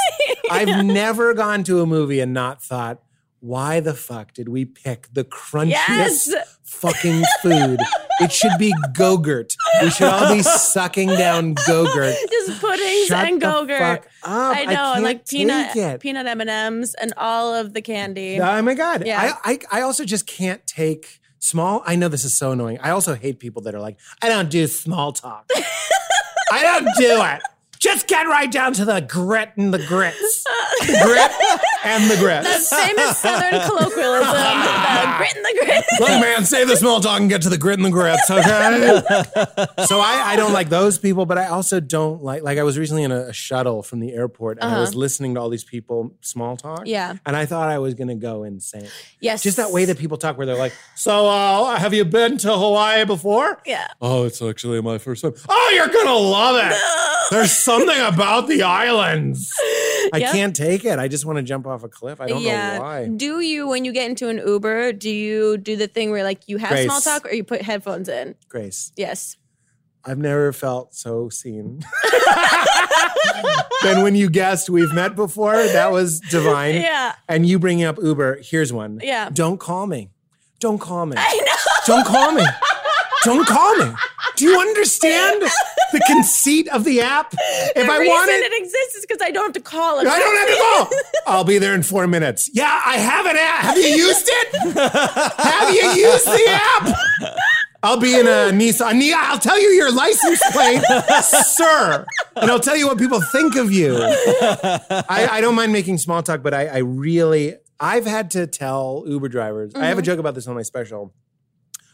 Speaker 4: I've never gone to a movie and not thought, why the fuck did we pick the crunchiest
Speaker 5: Yes.
Speaker 4: fucking food? it should be Gogurt. We should all be sucking down Gogurt.
Speaker 5: Just puddings
Speaker 4: Shut
Speaker 5: and
Speaker 4: the
Speaker 5: Gogurt.
Speaker 4: fuck up.
Speaker 5: I know,
Speaker 4: can't
Speaker 5: and like peanut
Speaker 4: take it.
Speaker 5: peanut M and M's and all of the candy.
Speaker 4: Oh my god.
Speaker 5: Yeah.
Speaker 4: I, I I also just can't take small. I know this is so annoying. I also hate people that are like, I don't do small talk. I don't do it. Just get right down to the grit and the grits. The grit and the grits.
Speaker 5: Famous Southern colloquialism, the grit and the grit.
Speaker 4: Look, man, save the small talk and get to the grit and the grits, okay? so I, I don't like those people, but I also don't like like I was recently in a, a shuttle from the airport and I was listening to all these people small talk.
Speaker 5: Uh-huh. Yeah.
Speaker 4: And I thought I was gonna go insane.
Speaker 5: Yes,
Speaker 4: Just that way that people talk, where they're like, "So, uh, have you been to Hawaii before?"
Speaker 5: Yeah.
Speaker 4: Oh, it's actually my first time. Oh, you're gonna love it. There's something about the islands. I
Speaker 5: Yep.
Speaker 4: can't take it. I just want to jump off a cliff. I don't know why.
Speaker 5: Do you, when you get into an Uber, do you do the thing where like you have small
Speaker 4: Grace.
Speaker 5: talk or you put headphones in?
Speaker 4: Grace,
Speaker 5: Yes.
Speaker 4: I've never felt so seen. than when you guessed we've met before. That was divine.
Speaker 5: Yeah.
Speaker 4: And you bringing up Uber. Here's one.
Speaker 5: Yeah.
Speaker 4: Don't call me. Don't call me. Don't call me. Don't call me. Do you understand the conceit of the app? If
Speaker 5: The
Speaker 4: I
Speaker 5: reason
Speaker 4: want it,
Speaker 5: it exists is because I don't have to call it.
Speaker 4: I don't have to call. I'll be there in four minutes. Yeah, I have an app. Have you used it? Have you used the app? I'll be in a Nissan. Ni- I'll tell you your license plate, sir, and I'll tell you what people think of you. I, I don't mind making small talk, but I, I really, I've had to tell Uber drivers. I have a joke about this on my special,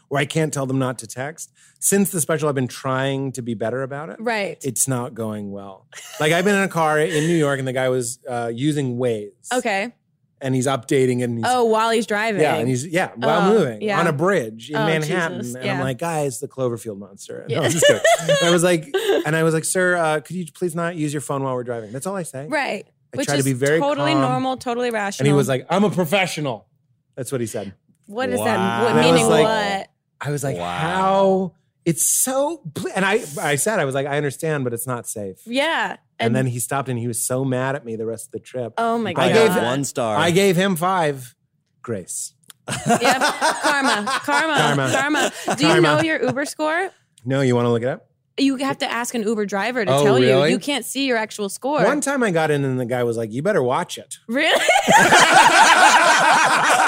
Speaker 4: where I can't tell them not to text. Since the special, I've been trying to be better about it
Speaker 5: Right.
Speaker 4: it's not going well. Like I've been in a car in New York and the guy was uh, using Waze.
Speaker 5: okay.
Speaker 4: And he's updating it and he's
Speaker 5: Oh, while he's driving.
Speaker 4: yeah, and he's yeah, while
Speaker 5: Oh,
Speaker 4: moving
Speaker 5: yeah.
Speaker 4: on a bridge in
Speaker 5: Oh,
Speaker 4: Manhattan.
Speaker 5: Jesus,
Speaker 4: And
Speaker 5: yeah.
Speaker 4: I'm like, guys, the Cloverfield monster. And I, was just kidding. I was like, and I was like, sir, uh, could you please not use your phone while we're driving? That's all I say.
Speaker 5: right.
Speaker 4: I
Speaker 5: Which
Speaker 4: try to
Speaker 5: is
Speaker 4: be very
Speaker 5: totally
Speaker 4: calm.
Speaker 5: normal, totally rational.
Speaker 4: And he was like, I'm a professional. That's what he said.
Speaker 5: "What is that? What
Speaker 4: Wow. And I was
Speaker 5: meaning?
Speaker 4: like-
Speaker 5: what?
Speaker 4: I was like,
Speaker 1: Wow.
Speaker 4: how? It's so. bl- And I, I said, I was like, I understand, but it's not safe.
Speaker 5: Yeah."
Speaker 4: And, then he stopped and he was so mad at me the rest of the trip.
Speaker 5: oh my god.
Speaker 1: I
Speaker 4: I
Speaker 1: gave
Speaker 4: gave-
Speaker 1: one star.
Speaker 4: I gave him five. Grace.
Speaker 5: Yep. karma, karma, karma,
Speaker 4: Karma.
Speaker 5: Do you
Speaker 4: Karma.
Speaker 5: know your Uber score?
Speaker 4: No, you want to look it up?
Speaker 5: You have to ask an Uber driver to
Speaker 4: Oh,
Speaker 5: tell
Speaker 4: really?
Speaker 5: you. You can't see your actual score.
Speaker 4: One time I got in and the guy was like, "You better watch it."
Speaker 5: Really?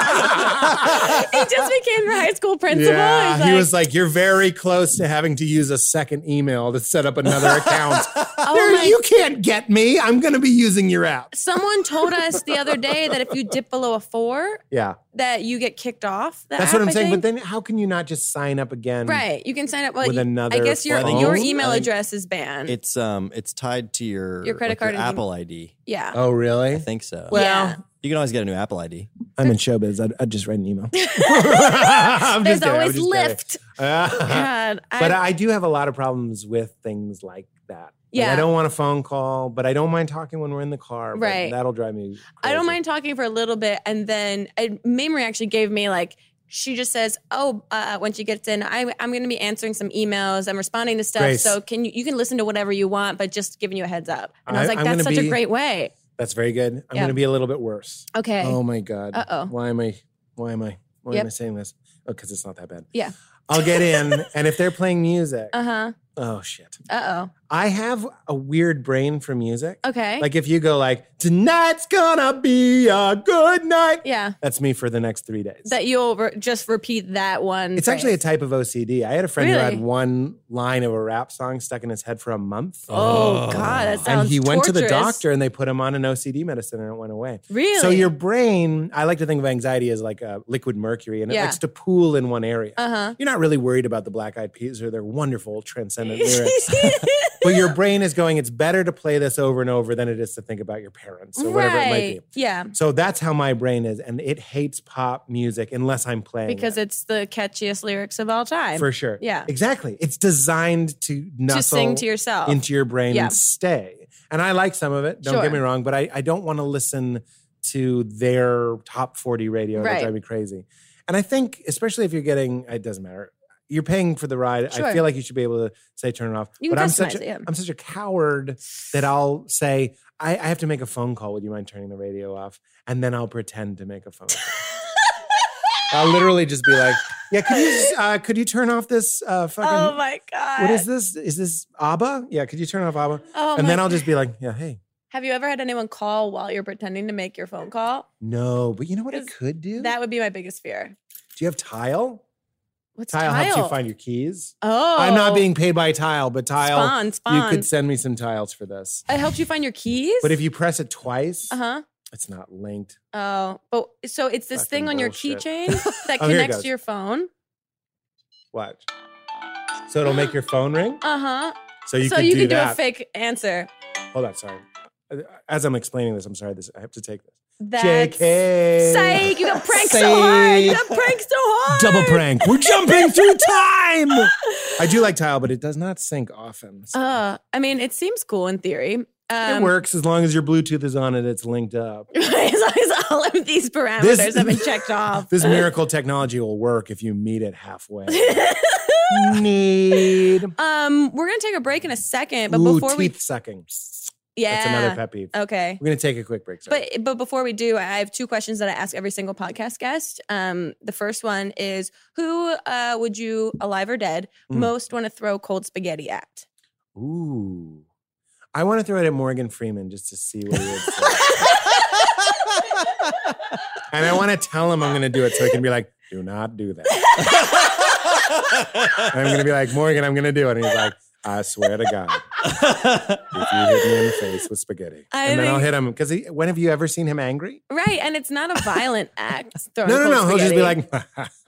Speaker 5: he just became your high school principal. He's
Speaker 4: he was like, "You're very close to having to use a second email to set up another account."
Speaker 5: oh
Speaker 4: There-
Speaker 5: my-
Speaker 4: you can't get me. I'm going to be using your app.
Speaker 5: Someone told us the other day that if you dip below a four,
Speaker 4: Yeah,
Speaker 5: that you get kicked off. the
Speaker 4: that's
Speaker 5: app,
Speaker 4: what I'm
Speaker 5: I
Speaker 4: saying. But
Speaker 5: think.
Speaker 4: then, how can you not just sign up again?
Speaker 5: right, you can sign up well,
Speaker 4: With
Speaker 5: you- I
Speaker 4: another
Speaker 5: guess your
Speaker 1: phone?
Speaker 5: your
Speaker 1: I think-
Speaker 5: email
Speaker 1: I think-
Speaker 5: address is banned.
Speaker 1: It's um, it's tied to your
Speaker 5: Your credit
Speaker 1: like,
Speaker 5: card ID.
Speaker 1: Apple ID.
Speaker 5: yeah.
Speaker 4: Oh, really?
Speaker 1: I think so.
Speaker 4: well,
Speaker 5: Yeah.
Speaker 1: you can always get a new Apple ID.
Speaker 4: I'm in showbiz. I, I just read an email. I'm
Speaker 5: There's
Speaker 4: just kidding. I'm
Speaker 5: always
Speaker 4: just kidding.
Speaker 5: Lyft. God,
Speaker 4: But
Speaker 5: I,
Speaker 4: I do have a lot of problems with things like that. Like,
Speaker 5: Yeah.
Speaker 4: I don't want a phone call, but I don't mind talking when we're in the car. but
Speaker 5: Right.
Speaker 4: That'll drive me. Crazy.
Speaker 5: I don't mind talking for a little bit, and then and Mamrie actually gave me like she just says, "Oh, uh, when she gets in, I, I'm going to be answering some emails. I'm responding to stuff.
Speaker 4: Grace.
Speaker 5: So can you you can listen to whatever you want, but just giving you a heads up." And I, was
Speaker 4: I-
Speaker 5: like,
Speaker 4: I'm
Speaker 5: "That's
Speaker 4: gonna
Speaker 5: such a
Speaker 4: be-
Speaker 5: great way."
Speaker 4: That's very good. I'm
Speaker 5: Yeah.
Speaker 4: going to be a little bit worse.
Speaker 5: Okay.
Speaker 4: Oh my god.
Speaker 5: Uh-oh.
Speaker 4: Why am I? Why am I? Why
Speaker 5: Yep.
Speaker 4: am I saying this? Oh, because it's not that bad.
Speaker 5: Yeah.
Speaker 4: I'll get in, and if they're playing music,
Speaker 5: Uh huh.
Speaker 4: Oh shit.
Speaker 5: Uh
Speaker 4: I have a weird brain for music.
Speaker 5: oh. Okay.
Speaker 4: Like if you go like tonight's gonna be a good night.
Speaker 5: yeah.
Speaker 4: That's me for the next three days.
Speaker 5: That you'll re- just repeat that one.
Speaker 4: it's actually a
Speaker 5: phrase.
Speaker 4: type of OCD. I had a friend who
Speaker 5: Really?
Speaker 4: had one line of a rap song stuck in his head for a month.
Speaker 5: Oh, God, that sounds.
Speaker 4: and he went to the
Speaker 5: torturous.
Speaker 4: doctor and they put him on an OCD medicine and it went away.
Speaker 5: Really?
Speaker 4: So your brain, I like to think of anxiety as like a liquid mercury and it
Speaker 5: Yeah.
Speaker 4: likes to pool in one area.
Speaker 5: Uh huh.
Speaker 4: You're not really worried about the Black Eyed Peas or their wonderful transcendent lyrics. but your brain is going, it's better to play this over and over than it is to think about your parents or whatever it might be.
Speaker 5: Right. Yeah.
Speaker 4: So that's how my brain is. And it hates pop music unless I'm playing.
Speaker 5: Because
Speaker 4: it.
Speaker 5: it's the catchiest lyrics of all time.
Speaker 4: for sure.
Speaker 5: Yeah.
Speaker 4: Exactly. It's designed to nuzzle
Speaker 5: to sing to yourself.
Speaker 4: into your brain
Speaker 5: Yeah.
Speaker 4: and stay. And I like some of it. Don't
Speaker 5: Sure.
Speaker 4: get me wrong, but I, I don't want to listen to their top 40 radio. That
Speaker 5: Right.
Speaker 4: drive me crazy. And I think, especially if you're getting, it doesn't matter. You're paying for the ride. I
Speaker 5: Sure.
Speaker 4: feel like you should be able to say turn it off.
Speaker 5: You
Speaker 4: but
Speaker 5: can
Speaker 4: I'm such
Speaker 5: customize
Speaker 4: a,
Speaker 5: it, yeah.
Speaker 4: am such a coward that I'll say, I, I have to make a phone call. Would you mind turning the radio off? And then I'll pretend to make a phone call. I'll literally just be like, yeah, could you, just, uh, could you turn off this uh, fucking
Speaker 5: oh my god.
Speaker 4: what is this? Is this ABBA? Yeah, could you turn off ABBA?
Speaker 5: Oh
Speaker 4: and
Speaker 5: my
Speaker 4: then I'll just be like, yeah, hey,
Speaker 5: Have you ever had anyone call while you're pretending to make your phone call?
Speaker 4: no. But you know what I
Speaker 5: Is
Speaker 4: could do?
Speaker 5: That would be my biggest fear.
Speaker 4: do you have Tile?
Speaker 5: What's
Speaker 4: Tile,
Speaker 5: tile?
Speaker 4: helps you find your keys.
Speaker 5: oh,
Speaker 4: I'm not being paid by Tile, but Tile,
Speaker 5: spawn. Spawn.
Speaker 4: you could send me some tiles for this.
Speaker 5: it helps you find your keys.
Speaker 4: But if you press it twice,
Speaker 5: uh huh.
Speaker 4: it's not linked.
Speaker 5: Oh, but so it's this
Speaker 4: Fucking
Speaker 5: thing on your
Speaker 4: bullshit.
Speaker 5: keychain that
Speaker 4: Oh, here it
Speaker 5: connects
Speaker 4: goes.
Speaker 5: to your phone.
Speaker 4: Watch. So it'll make your phone ring.
Speaker 5: Uh huh.
Speaker 4: So you
Speaker 5: so
Speaker 4: could
Speaker 5: you
Speaker 4: do
Speaker 5: can do
Speaker 4: that.
Speaker 5: a fake answer.
Speaker 4: Hold on, sorry. As I'm explaining this, I'm sorry. This I have to take this.
Speaker 5: That's
Speaker 4: JK.
Speaker 5: Psych, you got pranked so hard. You
Speaker 4: Psych.
Speaker 5: got pranked so hard.
Speaker 4: Double prank. We're jumping through time. I do like tile, but it does not sync often. so.
Speaker 5: Uh, I mean, it seems cool in theory. Um,
Speaker 4: it works as long as your Bluetooth is on and it's linked up.
Speaker 5: as long as all of these parameters
Speaker 4: This-
Speaker 5: have been checked off.
Speaker 4: This miracle technology will work if you meet it halfway. Need.
Speaker 5: um, we're gonna take a break in a second, but
Speaker 4: Ooh,
Speaker 5: before
Speaker 4: teeth
Speaker 5: we,
Speaker 4: sucking.
Speaker 5: yeah,
Speaker 4: That's another pet peeve.
Speaker 5: okay.
Speaker 4: We're going to take a quick break. Sorry.
Speaker 5: But but before we do, I have two questions that I ask every single podcast guest. Um, the first one is, who uh, would you, alive or dead,
Speaker 4: Mm.
Speaker 5: most want to throw cold spaghetti at?
Speaker 4: Ooh. I want to throw it at Morgan Freeman just to see what he would say. and I want to tell him I'm going to do it so he can be like, do not do that. And I'm going to be like, Morgan, I'm going to do it. And he's like, I swear to God, if you hit me in the face with spaghetti.
Speaker 5: I
Speaker 4: and then I'll
Speaker 5: think-
Speaker 4: hit him. Because when have you ever seen him angry?
Speaker 5: Right, and it's not a violent act. Throwing
Speaker 4: No, no,
Speaker 5: cold
Speaker 4: no. He'll just be
Speaker 5: spaghetti.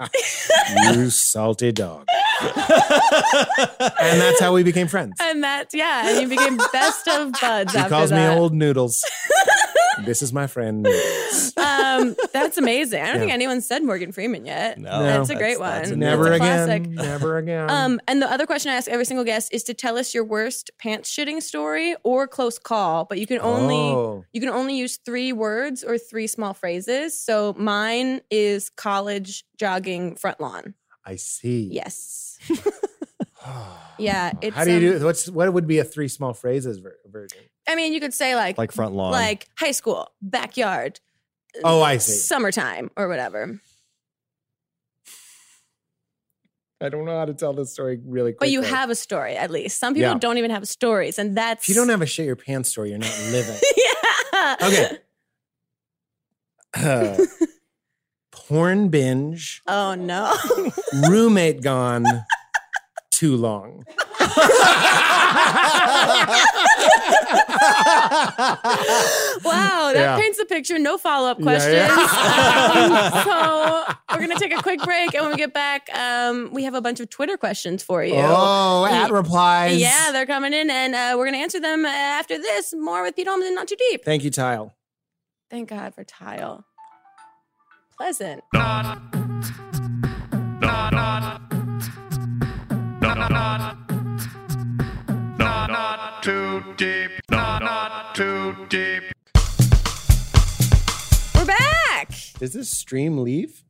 Speaker 4: like, you salty dog. And that's how we became friends.
Speaker 5: and that's yeah, and you became best of buds.
Speaker 4: He
Speaker 5: after
Speaker 4: calls
Speaker 5: that.
Speaker 4: me old noodles. this is my friend. Noodles.
Speaker 5: Um, that's amazing. I don't
Speaker 4: Yeah.
Speaker 5: think anyone said Morgan Freeman yet.
Speaker 1: No,
Speaker 5: That's a great one.
Speaker 1: a
Speaker 4: Never
Speaker 1: good
Speaker 5: a
Speaker 1: one.
Speaker 4: again.
Speaker 5: classic.
Speaker 4: Never again.
Speaker 5: Um, and the other question I ask every single guest is to tell us your worst pants shitting story or close call, but you can only
Speaker 4: Oh.
Speaker 5: you can only use three words or three small phrases. So mine is college jogging front lawn.
Speaker 4: I see.
Speaker 5: Yes. yeah. It's,
Speaker 4: How do you
Speaker 5: um,
Speaker 4: do? What's what would be a three small phrases ver- version?
Speaker 5: I mean, you could say like
Speaker 1: Like front lawn.
Speaker 5: like high school, backyard,
Speaker 4: Oh, I see.
Speaker 5: summertime, or whatever.
Speaker 4: I don't know how to tell this story really quickly.
Speaker 5: But you have a story at least. Some people
Speaker 4: Yeah.
Speaker 5: don't even have stories, and that's
Speaker 4: If you don't have a shit your pants story, you're not living.
Speaker 5: yeah.
Speaker 4: Okay. Uh, porn binge,
Speaker 5: Oh no.
Speaker 4: roommate gone, too long.
Speaker 5: wow, that
Speaker 4: Yeah.
Speaker 5: paints a picture. No follow up
Speaker 4: Yeah,
Speaker 5: questions.
Speaker 4: yeah.
Speaker 5: Um, so we're gonna take a quick break, and when we get back, um, we have a bunch of Twitter questions for you.
Speaker 4: Oh, at replies.
Speaker 5: Yeah, they're coming in, and uh, we're gonna answer them uh, after this. More with Pete Holmes and Not Too Deep.
Speaker 4: Thank you, Tile.
Speaker 5: Thank God for Tile. Pleasant.
Speaker 2: Not, not too deep. Not, not too deep.
Speaker 5: We're back.
Speaker 4: Does this stream leave?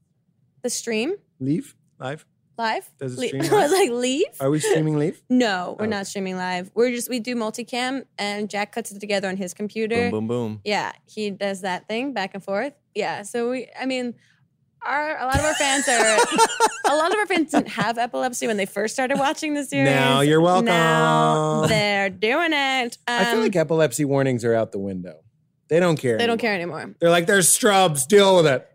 Speaker 5: The stream
Speaker 4: Leave? Live?
Speaker 5: live.
Speaker 4: Does it
Speaker 5: Le-
Speaker 4: stream
Speaker 5: I
Speaker 4: live?
Speaker 5: was like, leave.
Speaker 4: Are we streaming leave?
Speaker 5: No, we're
Speaker 4: Oh.
Speaker 5: not streaming live. We're just we do multicam, and Jack cuts it together on his computer.
Speaker 1: boom, boom, boom.
Speaker 5: Yeah, he does that thing back and forth. Yeah, so we, I mean, our a lot of our fans are a lot of our fans didn't have epilepsy when they first started watching the series.
Speaker 4: Now you're welcome.
Speaker 5: Now they're doing it. Um,
Speaker 4: I feel like epilepsy warnings are out the window. They don't care.
Speaker 5: they don't
Speaker 4: anymore.
Speaker 5: care anymore.
Speaker 4: They're like, there's strubs, deal with it.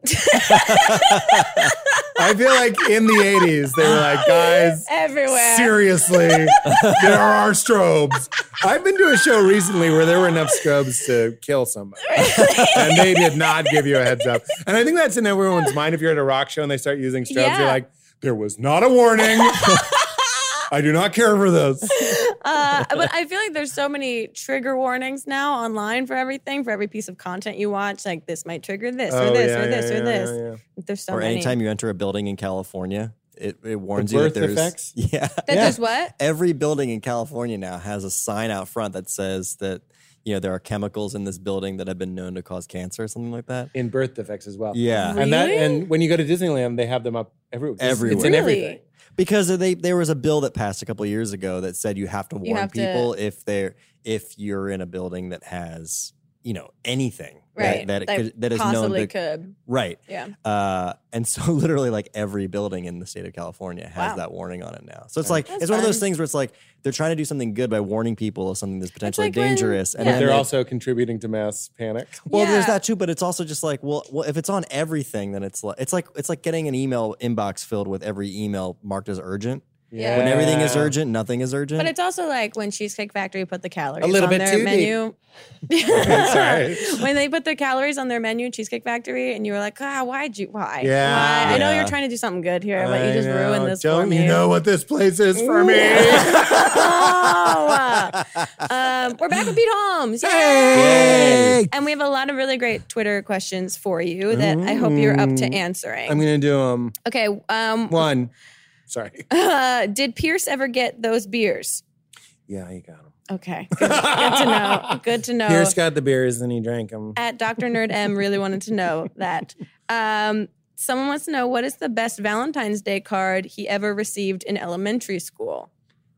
Speaker 4: I feel like in the 80s, they were like, guys,
Speaker 5: Everywhere.
Speaker 4: seriously, there are strobes. I've been to a show recently where there were enough strobes to kill somebody. and they did not give you a heads up. And I think that's in everyone's mind. If you're at a rock show and they start using strobes,
Speaker 5: Yeah.
Speaker 4: you're like, there was not a warning. I do not care for this.
Speaker 5: Uh, but I feel like there's so many trigger warnings now online for everything, for every piece of content you watch. Like this might trigger this
Speaker 4: Oh,
Speaker 5: or this or this or this. There's so
Speaker 1: or
Speaker 5: many.
Speaker 1: anytime you enter a building in California, it, it warns
Speaker 4: The
Speaker 1: you that
Speaker 4: birth
Speaker 1: there's
Speaker 4: defects?
Speaker 1: yeah.
Speaker 5: that
Speaker 4: Yeah.
Speaker 5: there's what?
Speaker 1: Every building in California now has a sign out front that says that you know there are chemicals in this building that have been known to cause cancer or something like that.
Speaker 4: In birth defects as well.
Speaker 1: Yeah,
Speaker 5: Really?
Speaker 4: And that and when you go to Disneyland, they have them up everywhere. It's- It's
Speaker 1: Everywhere.
Speaker 4: in
Speaker 5: Really?
Speaker 4: everything.
Speaker 1: because they there was a bill that passed a couple years ago that said you have to warn
Speaker 5: have to-
Speaker 1: people if they're if you're in a building that has you know anything that,
Speaker 5: Right.
Speaker 1: that it could, that is known to
Speaker 5: possibly could.
Speaker 1: right
Speaker 5: Yeah.
Speaker 1: Uh, and so literally like every building in the state of California has
Speaker 5: Wow.
Speaker 1: that warning on it now. So it's like
Speaker 5: That's
Speaker 1: it's one of those
Speaker 5: fun.
Speaker 1: things where it's like they're trying to do something good by warning people of something that's potentially
Speaker 5: like when-
Speaker 1: dangerous.
Speaker 5: yeah.
Speaker 1: then
Speaker 4: They're
Speaker 1: it-
Speaker 4: also contributing to mass panic.
Speaker 1: well, there's
Speaker 5: Yeah.
Speaker 1: that too, but it's also just like well, well, if it's on everything, then it's like it's like it's like getting an email inbox filled with every email marked as urgent.
Speaker 5: Yeah.
Speaker 1: When everything is
Speaker 4: Yeah.
Speaker 1: urgent, nothing is urgent.
Speaker 5: But it's also like when Cheesecake Factory put the calories
Speaker 4: Mm. little
Speaker 5: on
Speaker 4: bit
Speaker 5: their
Speaker 4: too
Speaker 5: menu.
Speaker 4: Sorry.
Speaker 5: When they put the calories on their menu, Cheesecake Factory, and you were like, ah, why'd you? Why?
Speaker 4: Yeah.
Speaker 5: Why? I know
Speaker 1: Yeah.
Speaker 5: you're trying to do something good here, but you just
Speaker 4: I know.
Speaker 5: ruined this
Speaker 4: Don't
Speaker 5: for me.
Speaker 4: you know what this place is for me?
Speaker 5: oh, um, we're back with Pete Holmes. Yay!
Speaker 4: Hey!
Speaker 5: And we have a lot of really great Twitter questions for you that I hope you're up to
Speaker 4: Ooh.
Speaker 5: answering.
Speaker 4: I'm gonna do um
Speaker 5: okay. Um,
Speaker 4: one. Sorry.
Speaker 5: uh, did Pierce ever get those beers?
Speaker 4: Yeah, you got him.
Speaker 5: Okay. Good, good to know. Good to know.
Speaker 4: Pierce got the beers and he drank them.
Speaker 5: At Dr. Nerd M really wanted to know that. Um, someone wants to know what is the best Valentine's Day card he ever received in elementary school?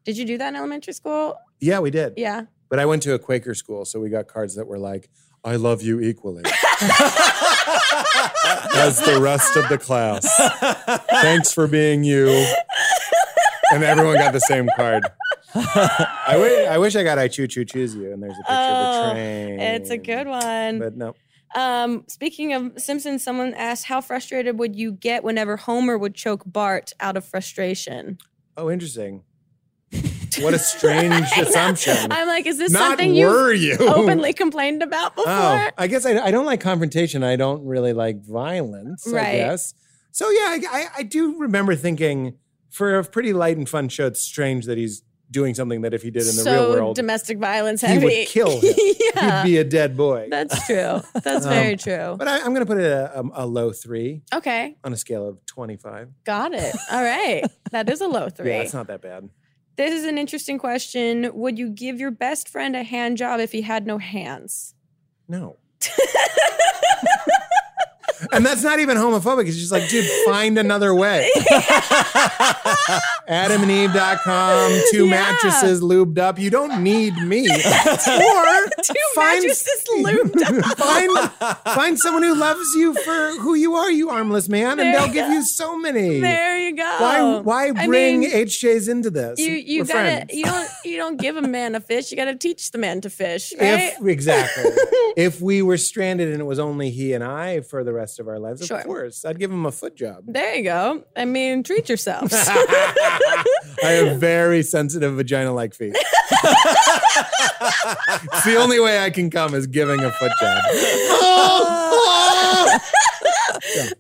Speaker 5: Did you do that in elementary school?
Speaker 4: Yeah, we did.
Speaker 5: Yeah.
Speaker 4: But I went to a Quaker school, so we got cards that were like, "I love you equally," as the rest of the class. Thanks for being you. And everyone got the same card. I wi- I wish I got "I choo choo choose you," and there's a picture of
Speaker 5: Oh,
Speaker 4: a train.
Speaker 5: It's a good one.
Speaker 4: Mm. But no,
Speaker 5: Um, speaking of Simpsons, someone asked, "How frustrated would you get whenever Homer would choke Bart out of frustration?"
Speaker 4: Oh, interesting. What a strange assumption.
Speaker 5: I'm like, "Is this
Speaker 4: Not
Speaker 5: something
Speaker 4: were
Speaker 5: you
Speaker 4: you
Speaker 5: openly complained about before?"
Speaker 4: Oh, I guess I, I don't like confrontation. I don't really like violence. I
Speaker 5: Right.
Speaker 4: guess. So yeah, I, I, I do remember thinking for a pretty light and fun show, it's strange that he's doing something that if he did in the
Speaker 5: so
Speaker 4: real world,
Speaker 5: domestic violence
Speaker 4: he
Speaker 5: heavy.
Speaker 4: would kill him.
Speaker 5: yeah,
Speaker 4: He'd be a dead boy.
Speaker 5: that's true. That's
Speaker 4: Um,
Speaker 5: very true.
Speaker 4: But I, I'm going to put it at a, a, a low three
Speaker 5: Okay,
Speaker 4: on a scale of 25.
Speaker 5: got it. All right, that is a low three.
Speaker 4: Yeah, it's not that bad.
Speaker 5: this is an interesting question. Would you give your best friend a hand job if he had no hands?
Speaker 4: No. and that's not even homophobic. It's just like, dude, find another way. AdamandEve.com, two
Speaker 5: Yeah.
Speaker 4: mattresses lubed up. You don't need me. or
Speaker 5: Two
Speaker 4: find,
Speaker 5: mattresses lubed up.
Speaker 4: find, find someone who loves you for who you are, you armless man, and
Speaker 5: There
Speaker 4: they'll
Speaker 5: you
Speaker 4: give you so many.
Speaker 5: There you go.
Speaker 4: Hmm. Why, why
Speaker 5: I
Speaker 4: bring
Speaker 5: mean,
Speaker 4: HJs into this?
Speaker 5: You you
Speaker 4: We're
Speaker 5: gotta
Speaker 4: friends.
Speaker 5: you don't you don't give a man a fish. You gotta teach the man to fish, right?
Speaker 4: If exactly, if we were stranded and it was only he and I for the rest of our lives,
Speaker 5: Sure.
Speaker 4: of course, I'd give him a foot job.
Speaker 5: there you go. I mean, treat yourselves.
Speaker 4: I have very sensitive vagina-like feet. it's the only way I can come is giving a foot job.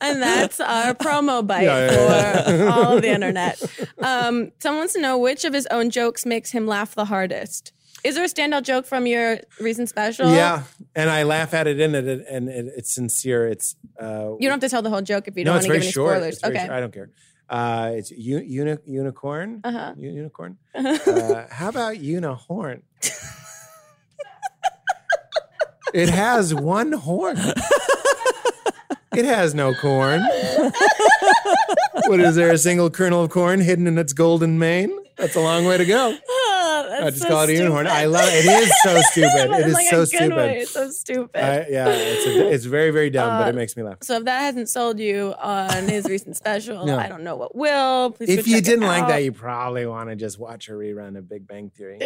Speaker 5: and that's our promo bite
Speaker 4: Yeah, yeah,
Speaker 5: for all of the internet. Um, someone wants to know which of his own jokes makes him laugh the hardest. Is there a standout joke from your recent special?
Speaker 4: yeah, and I laugh at it in it, and it, it's sincere. It's uh,
Speaker 5: You don't have to tell the whole joke if you
Speaker 4: no,
Speaker 5: don't
Speaker 4: it's
Speaker 5: want to
Speaker 4: very
Speaker 5: give any
Speaker 4: short.
Speaker 5: spoilers.
Speaker 4: It's very
Speaker 5: okay.
Speaker 4: short. I don't care. Uh, it's u- uni- unicorn.
Speaker 5: Uh-huh.
Speaker 4: U- unicorn. Uh, how about unihorn? it has one horn. It has no corn. what is there? A single kernel of corn hidden in its golden mane? That's a long way to go.
Speaker 5: Oh,
Speaker 4: I just call it a unicorn. I love it. It is so stupid. It is so stupid.
Speaker 5: It's so stupid.
Speaker 4: I- yeah, it's, a, it's very, very dumb, but
Speaker 5: Uh,
Speaker 4: it makes me laugh.
Speaker 5: so if that hasn't sold you on his recent special,
Speaker 4: No.
Speaker 5: I don't know what will. Please
Speaker 4: If
Speaker 5: go check
Speaker 4: you
Speaker 5: it
Speaker 4: didn't like
Speaker 5: out.
Speaker 4: that, you probably want to just watch a rerun of Big Bang Theory.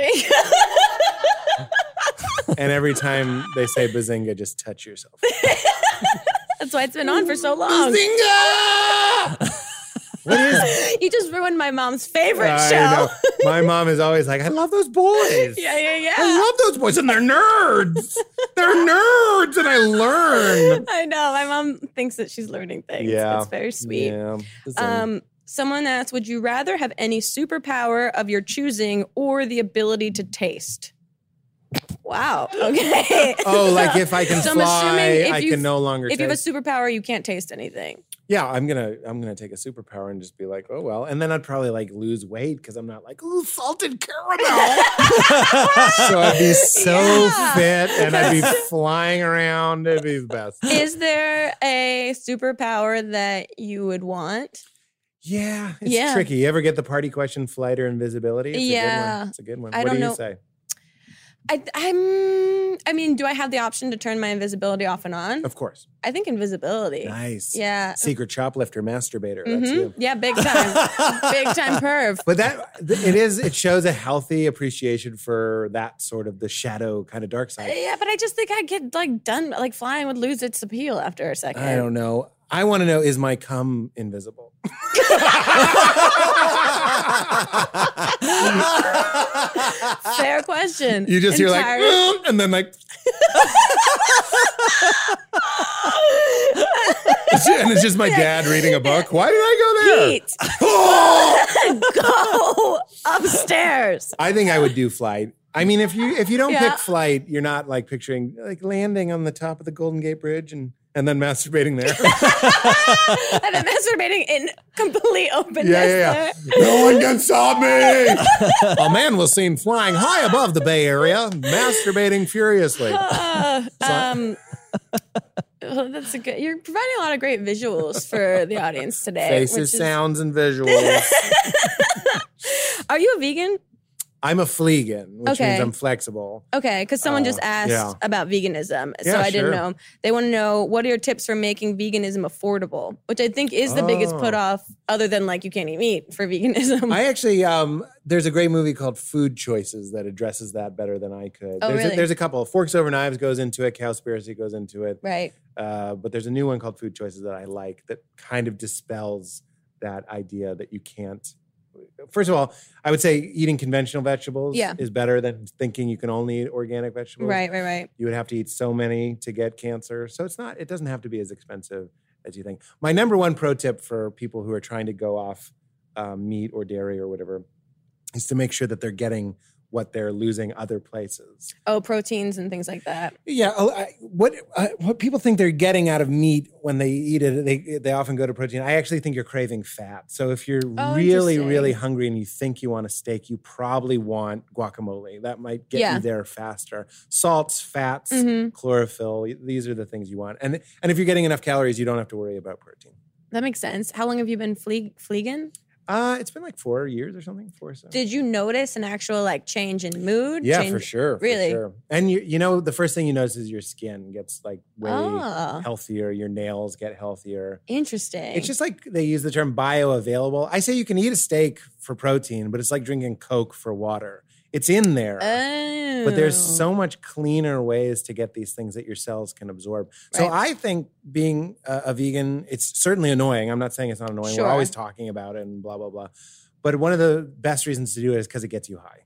Speaker 4: and every time they say Bazinga, just touch yourself.
Speaker 5: That's why it's been on for so long.
Speaker 4: What is
Speaker 5: you just ruined my mom's favorite
Speaker 4: I
Speaker 5: show.
Speaker 4: know. My mom is always like, I love those boys.
Speaker 5: Yeah, yeah, yeah.
Speaker 4: I love those boys, and they're nerds. they're nerds, and I learn.
Speaker 5: I know. My mom thinks that she's learning things.
Speaker 4: Yeah.
Speaker 5: It's very sweet.
Speaker 4: Yeah.
Speaker 5: Um, someone asked, would you rather have any superpower of your choosing or the ability to taste? Wow. Okay.
Speaker 4: oh, like if I can
Speaker 5: So I'm
Speaker 4: fly,
Speaker 5: assuming if
Speaker 4: I
Speaker 5: you-
Speaker 4: can no longer.
Speaker 5: if you have a
Speaker 4: taste-
Speaker 5: superpower, you can't taste anything.
Speaker 4: yeah, I'm gonna I'm gonna take a superpower and just be like, oh well, and then I'd probably like lose weight because I'm not like ooh salted caramel. so I'd be so
Speaker 5: Yeah.
Speaker 4: fit and I'd be flying around. It'd be the best.
Speaker 5: Is there a superpower that you would want?
Speaker 4: Yeah, it's
Speaker 5: Yeah.
Speaker 4: tricky. You ever get the party question, flight or invisibility? It's a good
Speaker 5: Yeah.
Speaker 4: one. It's a good one.
Speaker 5: I
Speaker 4: what
Speaker 5: don't
Speaker 4: do you
Speaker 5: know.
Speaker 4: say?
Speaker 5: I, I'm. I mean, do I have the option to turn my invisibility off and on?
Speaker 4: Of course.
Speaker 5: I think invisibility.
Speaker 4: Nice.
Speaker 5: Yeah.
Speaker 4: Secret shoplifter, masturbator. That's
Speaker 5: Mhm.
Speaker 4: you.
Speaker 5: Yeah, big time. big time perv.
Speaker 4: But that th- it is. It shows a healthy appreciation for that sort of the shadow kind of dark side.
Speaker 5: Yeah, but I just think I'd get like done. Like flying would lose its appeal after a second.
Speaker 4: I don't know. I want to know: is my cum invisible?
Speaker 5: Fair question.
Speaker 4: You just hear like,
Speaker 5: Entirely-
Speaker 4: "Mm," and then like, and it's just my dad reading a book. Why did I go there? Oh!
Speaker 5: Pete, go upstairs.
Speaker 4: I think I would do flight. I mean, if you if you don't
Speaker 5: Yeah.
Speaker 4: pick flight, you're not like picturing like landing on the top of the Golden Gate Bridge and and then masturbating there.
Speaker 5: I've been masturbating in complete openness. there.
Speaker 4: no one can stop me. A man was seen flying high above the Bay Area, masturbating furiously.
Speaker 5: Uh, um, well, that's a good. You're providing a lot of great visuals for the audience today. which
Speaker 4: Faces,
Speaker 5: is-
Speaker 4: sounds, and visuals.
Speaker 5: Are you a vegan?
Speaker 4: I'm a fleegan, which
Speaker 5: Okay.
Speaker 4: means I'm flexible.
Speaker 5: Okay, because someone
Speaker 4: Uh,
Speaker 5: just asked
Speaker 4: yeah.
Speaker 5: about veganism, so
Speaker 4: Yeah,
Speaker 5: I
Speaker 4: sure.
Speaker 5: didn't know. They want to know what are your tips for making veganism affordable, which I think is the biggest
Speaker 4: Oh.
Speaker 5: put off, other than like you can't eat meat for veganism.
Speaker 4: I actually, um, there's a great movie called Food Choices that addresses that better than I could.
Speaker 5: Oh,
Speaker 4: there's, a,
Speaker 5: really?
Speaker 4: there's a couple. Forks Over Knives goes into it. Cowspiracy goes into it.
Speaker 5: right.
Speaker 4: Uh, but there's a new one called Food Choices that I like that kind of dispels that idea that you can't. First of all, I would say eating conventional vegetables
Speaker 5: Yeah.
Speaker 4: is better than thinking you can only eat organic vegetables.
Speaker 5: Right. Right. Right.
Speaker 4: You would have to eat so many to get cancer. So it's not, it doesn't have to be as expensive as you think. My number one pro tip for people who are trying to go off um, meat or dairy or whatever is to make sure that they're getting what they're losing other places.
Speaker 5: Oh, proteins and things like that.
Speaker 4: Yeah, oh, I, what I, what people think they're getting out of meat when they eat it, they they often go to protein. I actually think you're craving fat. So if you're
Speaker 5: Oh,
Speaker 4: really really
Speaker 5: interesting.
Speaker 4: hungry and you think you want a steak, you probably want guacamole. That might get
Speaker 5: Yeah.
Speaker 4: you there faster. Salts, fats,
Speaker 5: Mhm.
Speaker 4: chlorophyll. y- These are the things you want. And and if you're getting enough calories, you don't have to worry about protein.
Speaker 5: That makes sense. How long have you been fle- vegan?
Speaker 4: Uh, it's been like four years or something. Four. or so.
Speaker 5: Did you notice an actual like change in mood?
Speaker 4: yeah,
Speaker 5: change-
Speaker 4: for sure. for
Speaker 5: Really?
Speaker 4: sure. And you you know the first thing you notice is your skin gets like way
Speaker 5: Oh,
Speaker 4: healthier. Your nails get healthier.
Speaker 5: interesting.
Speaker 4: It's just like they use the term bioavailable. I say you can eat a steak for protein, but it's like drinking Coke for water. It's in there.
Speaker 5: oh,
Speaker 4: But there's so much cleaner ways to get these things that your cells can absorb. So I think being a, a vegan, it's certainly annoying. I'm not saying it's not annoying.
Speaker 5: Sure.
Speaker 4: We're always talking about it and blah, blah, blah. But one of the best reasons to do it is because it gets you high.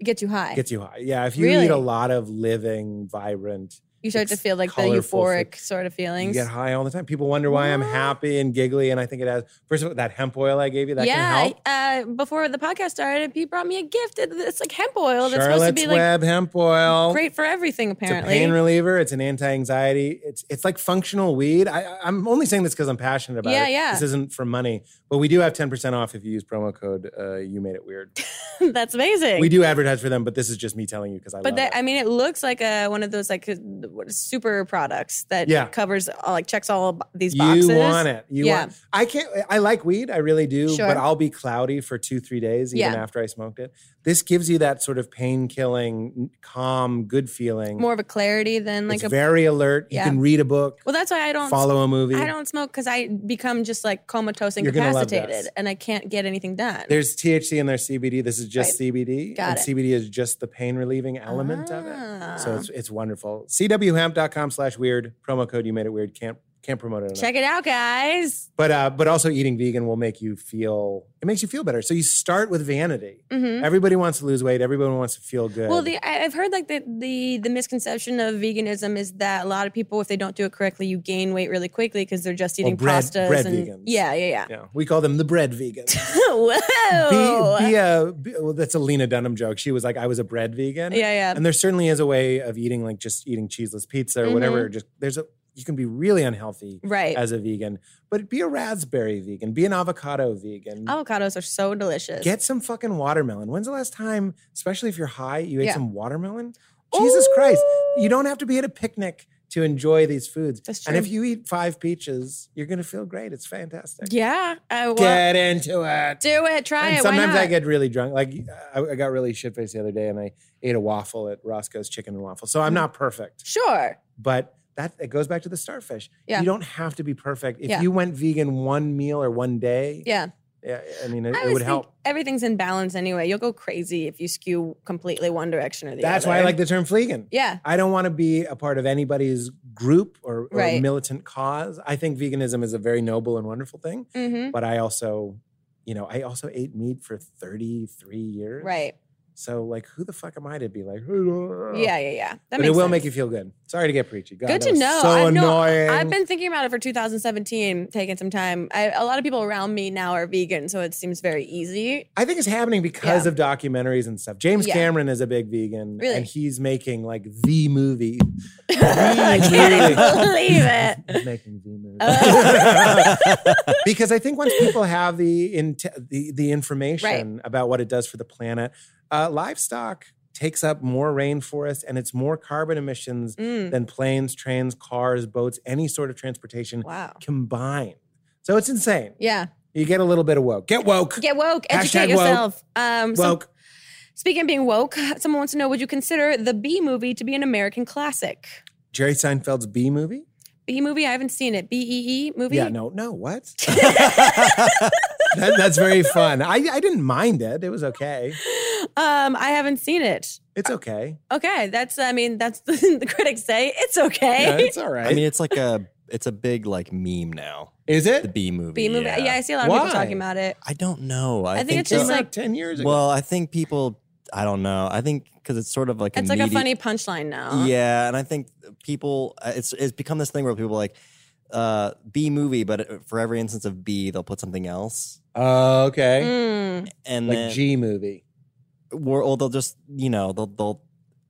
Speaker 5: get you high.
Speaker 4: It gets you high. Yeah. If you eat
Speaker 5: Really?
Speaker 4: a lot of living, vibrant,
Speaker 5: you start to
Speaker 4: it's
Speaker 5: feel like the
Speaker 4: colorful
Speaker 5: euphoric
Speaker 4: food.
Speaker 5: sort of feelings.
Speaker 4: You get high all the time. People wonder why I'm
Speaker 5: What?
Speaker 4: happy and giggly. And I think it has, first of all, that hemp oil I gave you, that can
Speaker 5: yeah,
Speaker 4: help.
Speaker 5: I- uh, before the podcast started, he brought me a gift. It- It's like hemp oil that's supposed to
Speaker 4: Charlotte's
Speaker 5: be like
Speaker 4: Web hemp oil.
Speaker 5: great for everything.
Speaker 4: It's a
Speaker 5: Apparently,
Speaker 4: pain reliever. It's an anti-anxiety. It's it's like functional weed. I, I- I'm only saying this because I'm passionate about
Speaker 5: Yeah,
Speaker 4: it.
Speaker 5: yeah.
Speaker 4: This isn't for money, but we do have 10% off if you use promo code. Uh, you made it weird.
Speaker 5: that's amazing.
Speaker 4: we do advertise for them, but this is just me telling you because I
Speaker 5: but
Speaker 4: love
Speaker 5: that,
Speaker 4: it.
Speaker 5: I mean, it looks like a, one of those like uh, what- super products that
Speaker 4: Yeah.
Speaker 5: covers all, like checks all b- these boxes.
Speaker 4: You want it. You
Speaker 5: Yeah.
Speaker 4: want. I can't. I like weed. I really do.
Speaker 5: Sure.
Speaker 4: But I'll be cloudy for two, three days even
Speaker 5: Yeah.
Speaker 4: after I smoked it. This gives you that sort of pain killing, calm, good feeling.
Speaker 5: more of a clarity than like
Speaker 4: it's
Speaker 5: a.
Speaker 4: very alert. You
Speaker 5: Yeah.
Speaker 4: can read a book,
Speaker 5: well, that's why I don't
Speaker 4: follow a movie.
Speaker 5: I don't smoke because I become just like comatose and
Speaker 4: You're gonna love
Speaker 5: incapacitated,
Speaker 4: this.
Speaker 5: and I can't get anything done.
Speaker 4: There's THC and there's CBD. This is just CBD.
Speaker 5: Got
Speaker 4: and
Speaker 5: it.
Speaker 4: CBD is just the pain relieving element of it. So
Speaker 5: Ah.
Speaker 4: it's, it's wonderful. CWHemp.com slash weird. Promo code you made it weird. Can't can't promote it enough.
Speaker 5: Check it out, guys.
Speaker 4: But uh, but also eating vegan will make you feel it makes you feel better. So you start with vanity.
Speaker 5: hmm
Speaker 4: Everybody wants to lose weight. Everyone wants to feel good.
Speaker 5: Well, the I- I've heard like the, the the misconception of veganism is that a lot of people, if they don't do it correctly, you gain weight really quickly because they're just eating
Speaker 4: Oh, bread-
Speaker 5: pastas
Speaker 4: bread
Speaker 5: and
Speaker 4: vegans.
Speaker 5: yeah, yeah, yeah.
Speaker 4: yeah, we call them the bread vegans.
Speaker 5: Whoa. Oh.
Speaker 4: Be, be a, be- well, that's a Lena Dunham joke. She was like, I was a bread vegan.
Speaker 5: Yeah, yeah.
Speaker 4: And there certainly is a way of eating like just eating cheeseless pizza or
Speaker 5: Mm-hmm.
Speaker 4: whatever. Just there's a you can be really unhealthy
Speaker 5: right.
Speaker 4: as a vegan, but be a raspberry vegan, be an avocado vegan.
Speaker 5: Avocados are so delicious.
Speaker 4: Get some fucking watermelon. When's the last time, especially if you're high, you ate
Speaker 5: Yeah.
Speaker 4: some watermelon? Jesus Christ. You don't have to be at a picnic to enjoy these foods.
Speaker 5: That's
Speaker 4: And
Speaker 5: true.
Speaker 4: if you eat five peaches, you're going to feel great. It's fantastic.
Speaker 5: yeah. I will.
Speaker 4: Get into it.
Speaker 5: do it. Try
Speaker 4: And
Speaker 5: it. Why
Speaker 4: sometimes
Speaker 5: not?
Speaker 4: I get really drunk. Like uh, I, I got really shit faced the other day, and I ate a waffle at Roscoe's Chicken and Waffle.
Speaker 5: Mm.
Speaker 4: So I'm not perfect,
Speaker 5: sure.
Speaker 4: but that it goes back to the starfish.
Speaker 5: Yeah.
Speaker 4: You don't have to be perfect. If
Speaker 5: Yeah.
Speaker 4: you went vegan one meal or one day,
Speaker 5: Yeah.
Speaker 4: yeah, I mean, it,
Speaker 5: I
Speaker 4: it
Speaker 5: always
Speaker 4: would
Speaker 5: think
Speaker 4: help.
Speaker 5: Everything's in balance anyway. You'll go crazy if you skew completely one direction or the
Speaker 4: That's
Speaker 5: other.
Speaker 4: why I like the term "fleegan."
Speaker 5: Yeah.
Speaker 4: I don't want to be a part of anybody's group or, or
Speaker 5: Right.
Speaker 4: militant cause. I think veganism is a very noble and wonderful thing,
Speaker 5: Mm-hmm.
Speaker 4: but I also, you know, I also ate meat for 33 years.
Speaker 5: Right.
Speaker 4: So, like, who the fuck am I to be like,
Speaker 5: Yeah, yeah, yeah. That
Speaker 4: Oh. but it will make you feel good. Sorry to get preachy. God,
Speaker 5: Good
Speaker 4: that
Speaker 5: to
Speaker 4: was
Speaker 5: know.
Speaker 4: So
Speaker 5: I've- no,
Speaker 4: annoying.
Speaker 5: I've been thinking about it for 2017, taking some time. I, a lot of people around me now are vegan, so it seems very easy.
Speaker 4: I think it's happening because
Speaker 5: Yeah.
Speaker 4: of documentaries and stuff. James
Speaker 5: Yeah.
Speaker 4: Cameron is a big vegan,
Speaker 5: Really?
Speaker 4: and he's making like the movie.
Speaker 5: I
Speaker 4: Really?
Speaker 5: can't believe it.
Speaker 4: He's making the movie.
Speaker 5: Oh.
Speaker 4: because I think once people have the int- the, the information about what it does for the planet, uh, livestock takes up more rainforest and it's more carbon emissions
Speaker 5: Mm,
Speaker 4: than planes, trains, cars, boats, any sort of transportation
Speaker 5: wow.
Speaker 4: combined. So it's insane.
Speaker 5: Yeah.
Speaker 4: You get a little bit of woke. Get woke.
Speaker 5: Get woke. Educate
Speaker 4: Hashtag woke.
Speaker 5: yourself. Um, so
Speaker 4: woke.
Speaker 5: speaking of being woke, someone wants to know: Would you consider the B movie to be an American classic?
Speaker 4: Jerry Seinfeld's B movie?
Speaker 5: B movie? I haven't seen it. B E E movie.
Speaker 4: Yeah, no, no, what? That- that's very fun. I, I didn't mind it. It was okay.
Speaker 5: Um, I haven't seen it.
Speaker 4: It's okay.
Speaker 5: Okay, that's. I mean, that's the, critics say it's okay.
Speaker 4: Yeah, it's all right.
Speaker 1: I mean, it's like a it's a big like meme now.
Speaker 4: is
Speaker 1: The
Speaker 4: it?
Speaker 1: B movie.
Speaker 5: B movie. Yeah. I see a lot of
Speaker 4: Why?
Speaker 5: people talking about it.
Speaker 1: I don't know. I,
Speaker 5: I think it's
Speaker 4: Came
Speaker 5: just
Speaker 1: the-
Speaker 4: out
Speaker 5: like-
Speaker 4: 10 years ago.
Speaker 1: well, I think people. I don't know. I think because it's sort of like
Speaker 5: It's
Speaker 1: a
Speaker 5: like a
Speaker 1: media-
Speaker 5: funny uh-huh. punchline now.
Speaker 1: Yeah, and I think people uh, it's it's become this thing where people are like uh B movie, but uh, for every instance of B, they'll put something else,
Speaker 4: Oh, okay.
Speaker 5: Mm.
Speaker 1: and
Speaker 4: Like
Speaker 1: then
Speaker 4: G movie.
Speaker 1: or, or they'll just you know they'll they'll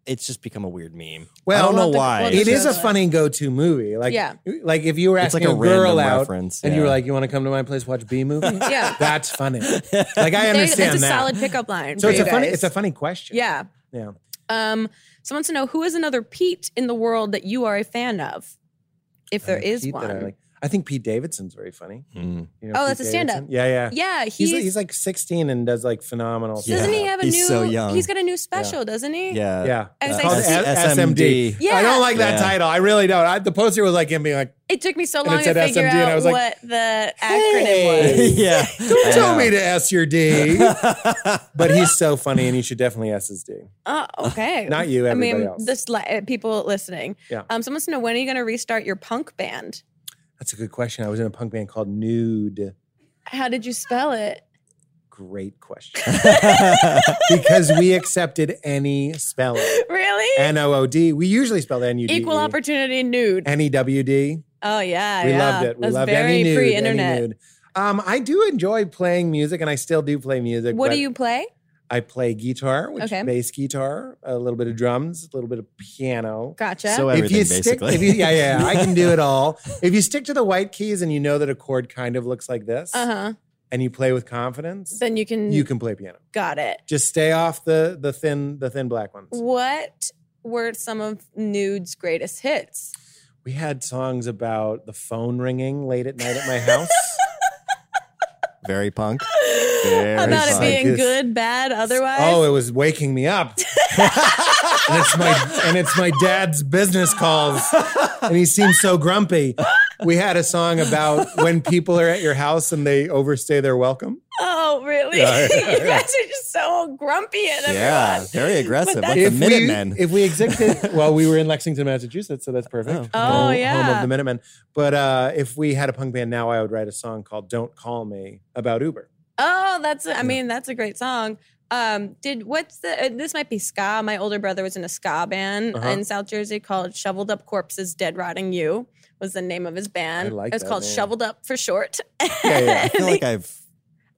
Speaker 1: it's just become a weird meme.
Speaker 4: Well,
Speaker 1: I don't know
Speaker 5: well, the-
Speaker 1: why.
Speaker 5: well, the
Speaker 4: It
Speaker 5: show-
Speaker 4: is a funny go to movie. Like,
Speaker 5: Yeah.
Speaker 4: like if you were
Speaker 1: it's like
Speaker 4: asking
Speaker 1: a,
Speaker 4: a, girl
Speaker 1: random
Speaker 4: out
Speaker 1: reference,
Speaker 4: and you
Speaker 1: yeah.
Speaker 4: were like, you want to come to my place, watch B movie?
Speaker 5: Yeah.
Speaker 4: That's funny. Like, I
Speaker 5: There-
Speaker 4: understand
Speaker 5: that's a
Speaker 4: that.
Speaker 5: solid pickup line.
Speaker 4: so
Speaker 5: for
Speaker 4: it's
Speaker 5: you
Speaker 4: a funny,
Speaker 5: guys.
Speaker 4: it's a funny question.
Speaker 5: Yeah.
Speaker 4: Yeah.
Speaker 5: Um, someone wants to know who is another Pete in the world that you are a fan of, if there
Speaker 4: Uh, Pete
Speaker 5: is
Speaker 4: that I,
Speaker 5: one.
Speaker 4: like. I think Pete Davidson's very funny.
Speaker 1: Mm.
Speaker 4: You know,
Speaker 5: Oh,
Speaker 4: Pete
Speaker 5: that's a stand-up.
Speaker 4: Davidson? Yeah, yeah.
Speaker 5: yeah,
Speaker 4: He's,
Speaker 5: he's,
Speaker 4: he's like 16 and does like phenomenal.
Speaker 1: Yeah.
Speaker 5: doesn't
Speaker 4: stuff.
Speaker 5: he have a
Speaker 1: He's
Speaker 5: new?
Speaker 1: so young.
Speaker 5: He's got a new special, doesn't he?
Speaker 1: yeah,
Speaker 4: Yeah.
Speaker 5: I was
Speaker 4: It's
Speaker 5: like,
Speaker 4: called
Speaker 5: so
Speaker 4: S-
Speaker 1: S-
Speaker 4: SMD.
Speaker 1: SMD.
Speaker 5: Yeah.
Speaker 4: I don't like that
Speaker 1: Yeah.
Speaker 4: title. I really don't. I, the poster was like him being like,
Speaker 5: It took me so
Speaker 4: And it
Speaker 5: long to
Speaker 4: said
Speaker 5: figure
Speaker 4: SMD, and
Speaker 5: out
Speaker 4: I was like,
Speaker 5: what the acronym
Speaker 4: "Hey."
Speaker 5: was.
Speaker 1: yeah.
Speaker 4: don't
Speaker 1: I
Speaker 4: tell
Speaker 1: know.
Speaker 4: me to S your D. but he's so funny and you should definitely S his D.
Speaker 5: Oh, okay.
Speaker 4: Not you,
Speaker 5: I
Speaker 4: everybody
Speaker 5: mean,
Speaker 4: else.
Speaker 5: this li- uh, people listening.
Speaker 4: Yeah.
Speaker 5: Um, someone wants to know when are you going to restart your punk band?
Speaker 4: That's a good question. I was in a punk band called Nude.
Speaker 5: How did you spell it?
Speaker 4: Great question. because we accepted any spelling.
Speaker 5: Really?
Speaker 4: N O O D. We usually spell N U D. E.
Speaker 5: Equal opportunity nude.
Speaker 4: N E W D.
Speaker 5: Oh yeah,
Speaker 4: We
Speaker 5: yeah.
Speaker 4: loved it. We
Speaker 5: That's
Speaker 4: loved
Speaker 5: very
Speaker 4: any nude. any
Speaker 5: pre-internet.
Speaker 4: nude. Um, I do enjoy playing music, and I still do play music.
Speaker 5: What do
Speaker 4: but
Speaker 5: you play?
Speaker 4: I play guitar, which
Speaker 5: Okay.
Speaker 4: bass guitar, a little bit of drums, a little bit of piano.
Speaker 5: Gotcha.
Speaker 1: So everything
Speaker 4: if you
Speaker 1: basically.
Speaker 4: stick, if you, yeah, yeah, I can do it all. If you stick to the white keys and you know that a chord kind of looks like this,
Speaker 5: uh huh.
Speaker 4: and you play with confidence,
Speaker 5: Then you can.
Speaker 4: you can play piano.
Speaker 5: Got it.
Speaker 4: Just stay off the the thin the thin black ones.
Speaker 5: What were some of Nude's greatest hits?
Speaker 4: We had songs about the phone ringing late at night at my house.
Speaker 1: Very punk.
Speaker 5: About it
Speaker 1: fun.
Speaker 5: being
Speaker 4: Like this-
Speaker 5: good, bad, otherwise.
Speaker 4: oh, it was waking me up. and it's my and it's my dad's business calls. And he seems so grumpy. We had a song about when people are at your house and they overstay their welcome.
Speaker 5: Oh, really?
Speaker 4: Yeah, yeah,
Speaker 5: you guys are just so grumpy at everyone.
Speaker 1: Yeah, very aggressive.
Speaker 5: But
Speaker 1: Like the
Speaker 4: if we,
Speaker 1: Minutemen.
Speaker 4: If we existed, well, we were in Lexington, Massachusetts, so that's perfect.
Speaker 1: Oh.
Speaker 5: Oh,
Speaker 4: Home- Home
Speaker 5: yeah.
Speaker 4: of the Minutemen. But uh, if we had a punk band now, I would write a song called "Don't Call Me" about Uber.
Speaker 5: Oh, that's. I mean, that's a great song. Um, did what's the? Uh, this might be ska. My older brother was in a ska band
Speaker 4: Uh-huh.
Speaker 5: in South Jersey called Shoveled Up Corpses Dead Rotting You was the name of his band.
Speaker 4: I like
Speaker 5: it was
Speaker 4: that
Speaker 5: called
Speaker 4: name.
Speaker 5: Shoveled Up for short.
Speaker 4: Yeah, yeah.
Speaker 1: I feel like I've.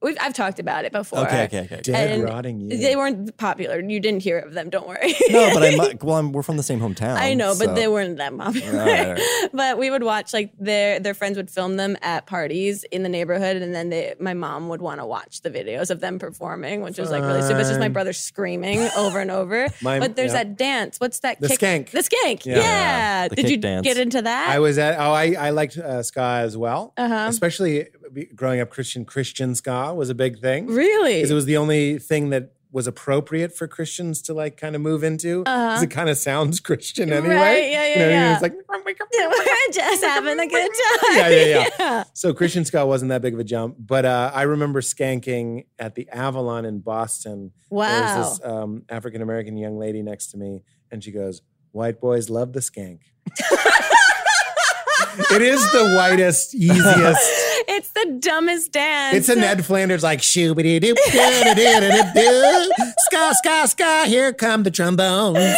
Speaker 5: We've, I've talked about it before.
Speaker 1: Okay, okay, okay.
Speaker 4: Dead
Speaker 5: And
Speaker 4: rotting you.
Speaker 5: They weren't popular. You didn't hear of them. Don't worry.
Speaker 1: No, but I mu- well, I'm, we're from the same hometown.
Speaker 5: I know, but
Speaker 1: Um, so-
Speaker 5: they weren't that popular.
Speaker 1: All right, all
Speaker 5: but we would watch like their their friends would film them at parties in the neighborhood, and then they, my mom would want to watch the videos of them performing, which was like really stupid. It's just my
Speaker 4: Fun.
Speaker 5: brother screaming over and over.
Speaker 4: My-
Speaker 5: but there's
Speaker 4: yeah.
Speaker 5: that dance. What's that?
Speaker 4: The
Speaker 5: kick?
Speaker 4: skank.
Speaker 5: The skank. Yeah.
Speaker 4: Yeah.
Speaker 1: The
Speaker 5: Did
Speaker 1: kick
Speaker 5: you
Speaker 1: dance.
Speaker 5: get into that?
Speaker 4: I was at oh I I liked uh, ska as well,
Speaker 5: Uh-huh.
Speaker 4: especially be- growing up Christian Christian ska was a big thing because
Speaker 5: really.
Speaker 4: it was the only thing that was appropriate for Christians to like kind of move into because
Speaker 5: Uh-huh.
Speaker 4: it kind of sounds Christian anyway.
Speaker 5: Right, yeah, yeah,
Speaker 4: You know what I mean?
Speaker 5: yeah.
Speaker 4: It's like
Speaker 5: We're just having a good time.
Speaker 4: Yeah, yeah, yeah.
Speaker 5: yeah.
Speaker 4: So Christian ska wasn't that big of a jump, but uh, I remember skanking at the Avalon in Boston. There
Speaker 5: Wow.
Speaker 4: was this um, African American young lady next to me, and she goes, "White boys love the skank." it is the whitest, easiest.
Speaker 5: It's the dumbest dance.
Speaker 4: It's a Ned Flanders like shoobity doo doo doo doo doo ska ska ska. Here come the trombones,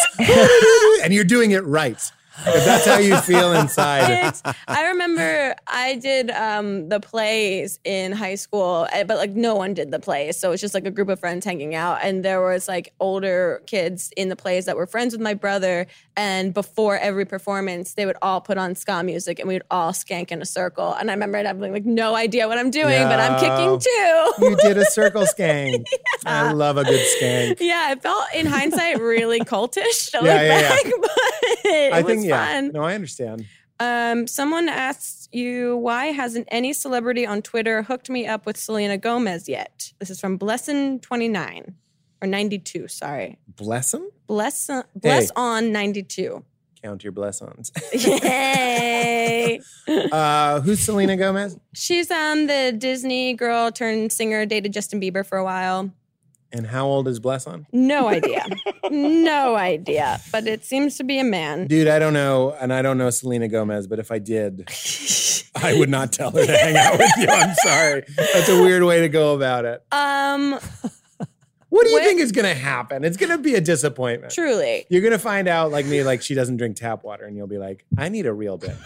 Speaker 4: and you're doing it right. If that's how you feel inside.
Speaker 5: It's- I remember I did um, the plays in high school, eh, but like no one did the plays. So it's just like a group of friends hanging out. And there was like older kids in the plays that were friends with my brother. And before every performance, they would all put on ska music and we would all skank in a circle. And I remember it having like no idea what I'm doing, but I'm kicking too.
Speaker 4: You did a circle skank. I love a good skank.
Speaker 5: yeah, it felt in hindsight really cultish to look
Speaker 4: yeah, yeah.
Speaker 5: back, but it
Speaker 4: I
Speaker 5: was
Speaker 4: think yeah.
Speaker 5: fun.
Speaker 4: No, I understand.
Speaker 5: Um, someone asks you, why hasn't any celebrity on Twitter hooked me up with Selena Gomez yet? This is from Blessin29 or 92, sorry.
Speaker 4: Bless them.
Speaker 5: Bless, bless on 92.
Speaker 4: Count your blessings.
Speaker 5: Yay.
Speaker 4: Uh, who's Selena Gomez?
Speaker 5: She's um the Disney girl turned singer, dated Justin Bieber for a while.
Speaker 4: And how old is Blesson?
Speaker 5: No idea. no idea. But it seems to be a man.
Speaker 4: Dude, I don't know, and I don't know Selena Gomez, but if I did, I would not tell her to hang out with you. I'm sorry. That's a weird way to go about it.
Speaker 5: Um,
Speaker 4: What do you
Speaker 5: Where-
Speaker 4: think is going to happen? It's going to be a disappointment.
Speaker 5: truly.
Speaker 4: You're going to find out, like me, like she doesn't drink tap water, and you'll be like, I need a real bitch.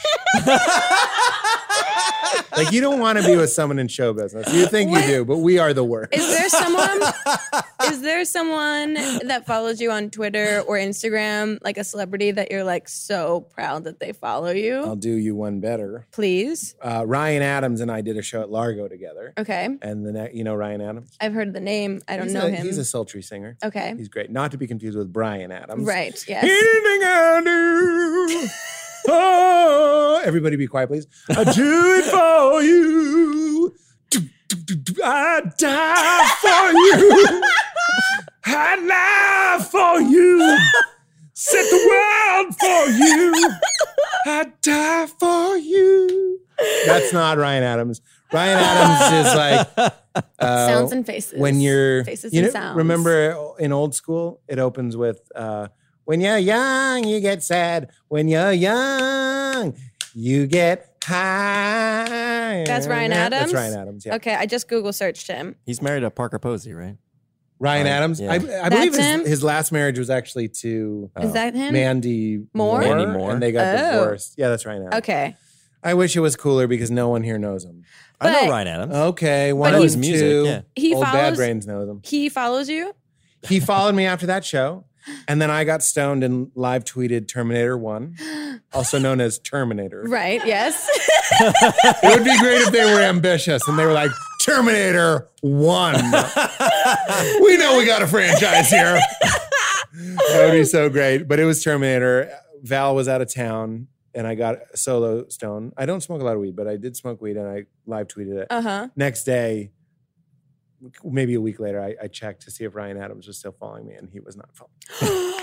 Speaker 4: like, you don't want to be with someone in show business. You think you do, but we are the worst.
Speaker 5: Is there someone? is there someone that follows you on Twitter or Instagram, like a celebrity that you're like so proud that they follow you?
Speaker 4: I'll do you one better.
Speaker 5: Please.
Speaker 4: Uh, Ryan Adams and I did a show at Largo together.
Speaker 5: Okay,
Speaker 4: And the ne- you know Ryan Adams.
Speaker 5: I've heard the name. I don't
Speaker 4: he's
Speaker 5: know
Speaker 4: a,
Speaker 5: him.
Speaker 4: He's a sultry singer.
Speaker 5: okay,
Speaker 4: He's great. Not to be confused with Brian Adams.
Speaker 5: right. Yes.
Speaker 4: Anything I do. oh, everybody be quiet, please. I do it for you. Do, do, do, do. I die for you. I lie for you. Set the world for you. I die for you. That's not Ryan Adams. Ryan Adams is like uh,
Speaker 5: Sounds and faces.
Speaker 4: when you're
Speaker 5: faces
Speaker 4: you
Speaker 5: and
Speaker 4: know,
Speaker 5: sounds.
Speaker 4: remember in old school it opens with uh, when you're young you get sad when you're young you get high
Speaker 5: That's Ryan Adams?
Speaker 4: that's ryan adams yeah
Speaker 5: Okay, I just Google searched him.
Speaker 1: He's married to Parker Posey, right? Right,
Speaker 4: ryan adams
Speaker 1: yeah.
Speaker 4: i, I believe
Speaker 5: That's him?
Speaker 4: his, his last marriage was actually to uh,
Speaker 5: Is that him?
Speaker 4: mandy
Speaker 5: Moore?
Speaker 1: Mandy Moore.
Speaker 4: and they got
Speaker 5: Oh.
Speaker 4: divorced yeah that's ryan adams
Speaker 5: Okay.
Speaker 4: i wish it was cooler because no one here knows him
Speaker 1: I
Speaker 5: But-
Speaker 1: know Ryan Adams.
Speaker 4: okay one
Speaker 1: know
Speaker 4: of
Speaker 1: his
Speaker 4: two.
Speaker 1: music, yeah.
Speaker 5: He
Speaker 4: old bad
Speaker 5: follows-
Speaker 4: brains knows him
Speaker 5: He follows you?
Speaker 4: he followed me after that show. And then I got stoned and live tweeted Terminator 1, also known as Terminator.
Speaker 5: Right, yes.
Speaker 4: It would be great if they were ambitious and they were like, Oh. Terminator 1. we know we got a franchise here. That would be so great. But it was Terminator. Val was out of town, and I got a solo stone. I don't smoke a lot of weed, but I did smoke weed, and I live tweeted it.
Speaker 5: Uh huh.
Speaker 4: Next day, maybe a week later, I, I checked to see if Ryan Adams was still following me, and he was not following.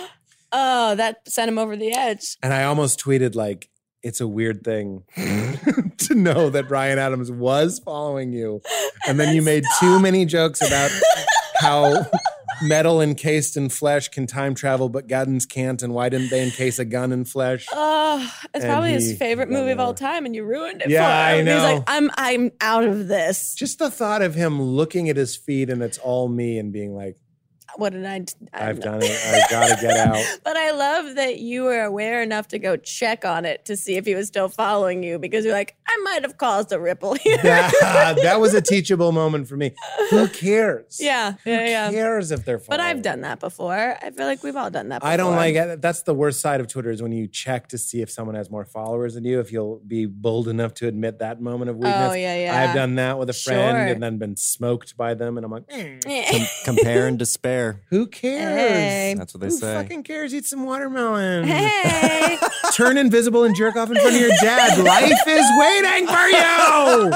Speaker 5: oh, that sent him over the edge.
Speaker 4: And I almost tweeted like, "It's a weird thing to know that Ryan Adams was following you," and then you made too many jokes about how metal encased in flesh can time travel, but guns can't, and why didn't they encase a gun in flesh?
Speaker 5: Oh, it's
Speaker 4: And
Speaker 5: probably
Speaker 4: he
Speaker 5: his favorite
Speaker 4: got
Speaker 5: movie of all
Speaker 4: over.
Speaker 5: time, and you ruined it.
Speaker 4: Yeah,
Speaker 5: for
Speaker 4: I
Speaker 5: him. He's
Speaker 4: know.
Speaker 5: like, I'm, I'm out of this.
Speaker 4: Just the thought of him looking at his feet and it's all me and being like,
Speaker 5: What did I? d- I
Speaker 4: "I've
Speaker 5: don't know.
Speaker 4: done it. I gotta get out."
Speaker 5: But I love that you were aware enough to go check on it to see if he was still following you because you're like, I might have caused a ripple here.
Speaker 4: that, that was a teachable moment for me. Who cares?
Speaker 5: yeah,
Speaker 4: Who
Speaker 5: yeah, yeah.
Speaker 4: cares if they're following?
Speaker 5: But I've done that before. I feel like we've all done that before.
Speaker 4: I don't like it. That's the worst side of Twitter is when you check to see if someone has more followers than you, if you'll be bold enough to admit that moment of weakness.
Speaker 5: Oh, yeah, yeah.
Speaker 4: I've done that with a friend
Speaker 5: Sure.
Speaker 4: and then been smoked by them. And I'm like, "Mm,
Speaker 1: Com- compare and despair.
Speaker 4: who cares?
Speaker 5: Hey.
Speaker 1: That's what they
Speaker 4: Who
Speaker 1: say.
Speaker 4: fucking cares? Eat some watermelon.
Speaker 5: Hey,
Speaker 4: Turn invisible and jerk off in front of your dad. Life is waiting for you.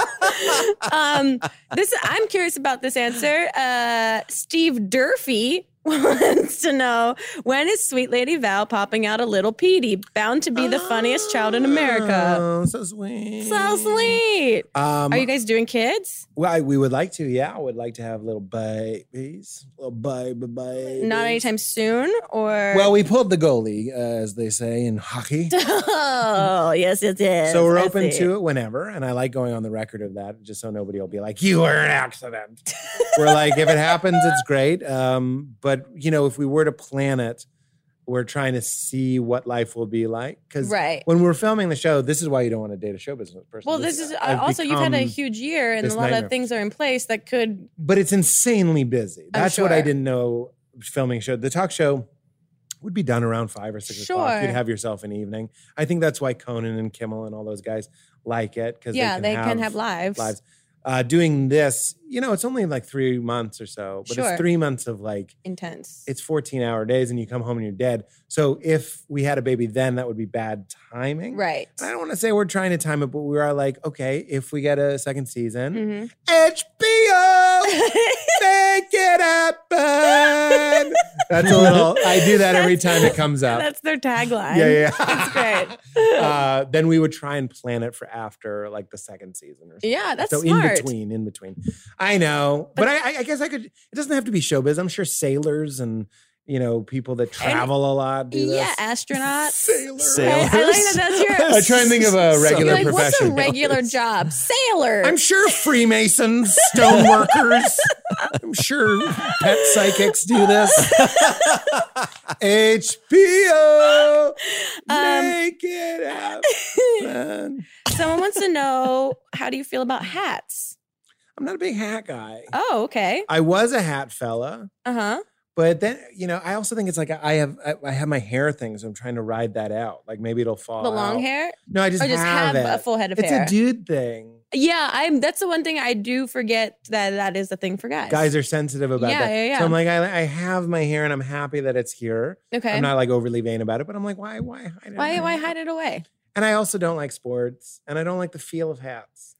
Speaker 5: um, this I'm curious about this answer. Uh, Steve Durfee wants to know when is Sweet Lady Val popping out a little Petey, bound to be the funniest child in America.
Speaker 4: Oh, so sweet.
Speaker 5: So sweet.
Speaker 4: Um,
Speaker 5: Are you guys doing kids?
Speaker 4: well, I- we would like to. Yeah, I would like to have little babies. Little baby babies.
Speaker 5: Not anytime soon, or
Speaker 4: Well, we pulled the goalie, uh, as they say in hockey.
Speaker 5: Oh, yes, it is.
Speaker 4: So we're
Speaker 5: I
Speaker 4: open
Speaker 5: see.
Speaker 4: to it whenever. And I like going on the record of that just so nobody will be like, you were an accident. we're like, if it happens, it's great. Um, but, you know, if we were to plan it, we're trying to see what life will be like. Because
Speaker 5: Right.
Speaker 4: when we're filming the show, this is why you don't want to date a show business person.
Speaker 5: Well, this is uh,
Speaker 4: I've
Speaker 5: also you've had a
Speaker 4: become-
Speaker 5: huge year, and a
Speaker 4: this
Speaker 5: lot
Speaker 4: nightmare.
Speaker 5: of things are in place that could.
Speaker 4: but it's insanely busy. That's what I
Speaker 5: Oh, sure.
Speaker 4: didn't know filming a show. The talk show would be done around five or six o'clock. You'd
Speaker 5: Sure.
Speaker 4: have yourself an evening. I think that's why Conan and Kimmel and all those guys like it because
Speaker 5: Yeah, they can, have, lives.
Speaker 4: lives. Uh, doing this, you know, it's only like three months or so, but
Speaker 5: Sure.
Speaker 4: it's three months of like
Speaker 5: Intense.
Speaker 4: it's 14 hour days and you come home and you're dead. So if we had a baby then, that would be bad timing.
Speaker 5: right.
Speaker 4: I don't want to say we're trying to time it, but we are like, okay, if we get a second season,
Speaker 5: Mhm. Mm-hmm.
Speaker 4: HBO, make it happen. That's a little. I do that every time it comes up.
Speaker 5: That's their tagline.
Speaker 4: Yeah, yeah.
Speaker 5: That's great.
Speaker 4: Uh, then we would try and plan it for after like the second season or something.
Speaker 5: Yeah, that's
Speaker 4: so
Speaker 5: smart.
Speaker 4: in between, in between. I know, but, I, I- I guess I could. It doesn't have to be showbiz. I'm sure sailors and you know people that travel a lot do
Speaker 5: Yeah,
Speaker 4: this.
Speaker 5: astronauts.
Speaker 4: Sailors.
Speaker 1: Sailors.
Speaker 5: I like that that's your-
Speaker 4: I try and think of a regular
Speaker 5: You're like, what's a
Speaker 4: profession.
Speaker 5: regular job? Sailor.
Speaker 4: I'm sure Freemasons, stoneworkers, I'm sure pet psychics do this. HBO,
Speaker 5: Um,
Speaker 4: make it happen.
Speaker 5: Someone wants to know how do you feel about hats?
Speaker 4: I'm not a big hat guy.
Speaker 5: Oh, okay.
Speaker 4: I was a hat fella,
Speaker 5: Uh huh.
Speaker 4: but then you know, I also think it's like I have I, I have my hair thing, so I'm trying to ride that out. Like maybe it'll fall.
Speaker 5: The long
Speaker 4: out.
Speaker 5: hair,
Speaker 4: No, I just,
Speaker 5: or just
Speaker 4: have,
Speaker 5: have,
Speaker 4: it.
Speaker 5: a full head of
Speaker 4: it's
Speaker 5: hair.
Speaker 4: a dude thing.
Speaker 5: Yeah, I'm. That's the one thing I do forget that that is the thing for guys.
Speaker 4: Guys are sensitive about
Speaker 5: Yeah,
Speaker 4: that.
Speaker 5: yeah, yeah.
Speaker 4: So I'm like, I, I have my hair, and I'm happy that it's here.
Speaker 5: okay.
Speaker 4: I'm not like overly vain about it, but I'm like, why, why hide it?
Speaker 5: why why hide it away?
Speaker 4: And I also don't like sports, and I don't like the feel of hats.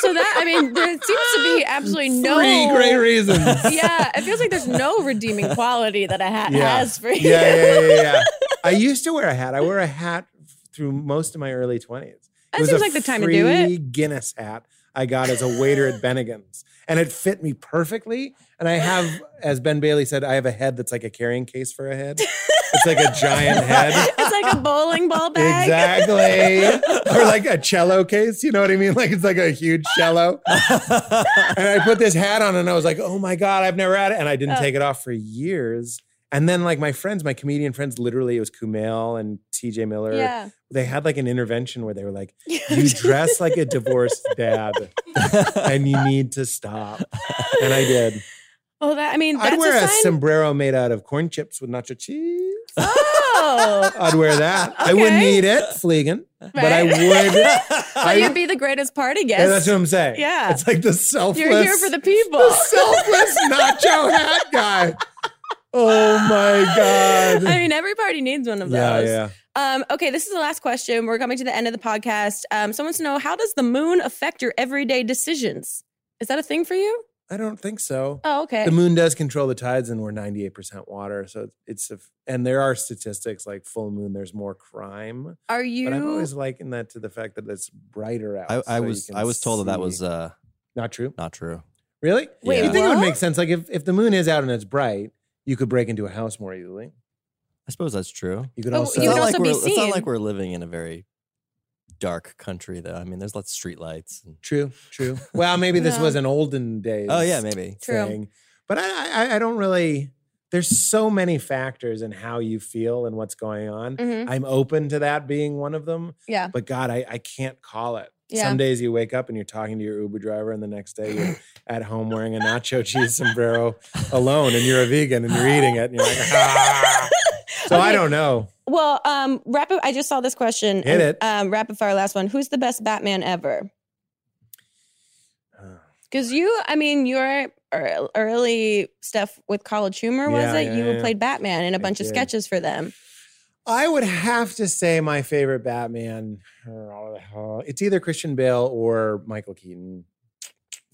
Speaker 5: So that I mean, there seems to be absolutely no
Speaker 4: Three great reasons.
Speaker 5: Yeah, it feels like there's no redeeming quality that a hat
Speaker 4: Yeah.
Speaker 5: has for
Speaker 4: yeah,
Speaker 5: you.
Speaker 4: yeah, yeah, yeah. I used to wear a hat. I wore a hat through most of my early twenties.
Speaker 5: That seems like the time to do it.
Speaker 4: Guinness hat I got as a waiter at Bennigan's, and it fit me perfectly. And I have, as Ben Bailey said, I have a head that's like a carrying case for a head. It's like a giant head.
Speaker 5: It's like a bowling ball bag.
Speaker 4: Exactly. or like a cello case, you know what I mean? Like it's like a huge cello. and I put this hat on and I was like, oh my God, I've never had it. And I
Speaker 5: Uh.
Speaker 4: didn't take it off for years. And then like my friends, my comedian friends, literally it was Kumail and TJ Miller.
Speaker 5: Yeah.
Speaker 4: They had like an intervention where they were like, you dress like a divorced dad and you need to stop. And I did.
Speaker 5: Oh, that I mean, that's
Speaker 4: I'd wear
Speaker 5: a
Speaker 4: a
Speaker 5: sign.
Speaker 4: sombrero made out of corn chips with nacho cheese.
Speaker 5: oh,
Speaker 4: I'd wear that. I wouldn't
Speaker 5: Okay.
Speaker 4: eat it, Fleegan, but I
Speaker 5: Right.
Speaker 4: would.
Speaker 5: but you'd be the greatest party
Speaker 4: Yeah, that's
Speaker 5: guest.
Speaker 4: what I'm saying.
Speaker 5: Yeah.
Speaker 4: it's like the selfless.
Speaker 5: You're here for the people.
Speaker 4: selfless nacho hat guy. Oh my god.
Speaker 5: I mean, every party needs one of those.
Speaker 4: yeah, yeah.
Speaker 5: Um, okay, this is the last question. We're coming to the end of the podcast. Um, someone wants to know how does the moon affect your everyday decisions? Is that a thing for you?
Speaker 4: I don't think so.
Speaker 5: Oh, okay.
Speaker 4: The moon does control the tides, and we're 98% water. So it's, a, and there are statistics like full moon, there's more crime.
Speaker 5: Are
Speaker 4: But I'm
Speaker 5: you?
Speaker 4: always likened that to the fact that it's brighter out.
Speaker 1: I,
Speaker 4: so
Speaker 1: I
Speaker 4: you
Speaker 1: was
Speaker 4: can
Speaker 1: I was told that that
Speaker 4: see.
Speaker 1: was uh,
Speaker 4: not true.
Speaker 1: not true.
Speaker 4: Really?
Speaker 1: Wait,
Speaker 4: you think it
Speaker 5: what?
Speaker 4: would make sense? Like if, if the moon is out and it's bright, you could break into a house more easily.
Speaker 1: I suppose that's true.
Speaker 4: You could
Speaker 5: Oh,
Speaker 4: also.
Speaker 5: you
Speaker 1: it's,
Speaker 5: can
Speaker 1: not
Speaker 5: also
Speaker 1: like
Speaker 5: be
Speaker 1: we're- it's not
Speaker 5: seen.
Speaker 1: like we're living in a very dark country though. I mean, there's lots of streetlights. And,
Speaker 4: True, true. Well, maybe this
Speaker 5: No.
Speaker 4: was an olden days.
Speaker 1: oh yeah, maybe.
Speaker 5: True.
Speaker 4: thing. But I, I, I don't really. There's so many factors in how you feel and what's going on.
Speaker 5: Mhm.
Speaker 4: I'm open to that being one of them.
Speaker 5: Yeah.
Speaker 4: But God, I, I can't call it.
Speaker 5: Yeah.
Speaker 4: Some days you wake up and you're talking to your Uber driver, and the next day you're at home wearing a nacho cheese sombrero alone, and you're a vegan and you're eating it, and you're like, ah. So I
Speaker 5: Okay.
Speaker 4: don't know.
Speaker 5: Well, um, rapid. I just saw this question.
Speaker 4: Hit it.
Speaker 5: Um, rapid fire, last one. Who's the best Batman ever?
Speaker 4: Uh.
Speaker 5: Because you, I mean, your ear- early stuff with College Humor was
Speaker 4: Yeah,
Speaker 5: it?
Speaker 4: yeah,
Speaker 5: you
Speaker 4: yeah.
Speaker 5: played Batman in a
Speaker 4: I
Speaker 5: bunch of
Speaker 4: did.
Speaker 5: sketches for them.
Speaker 4: I would have to say my favorite Batman. It's either Christian Bale or Michael Keaton.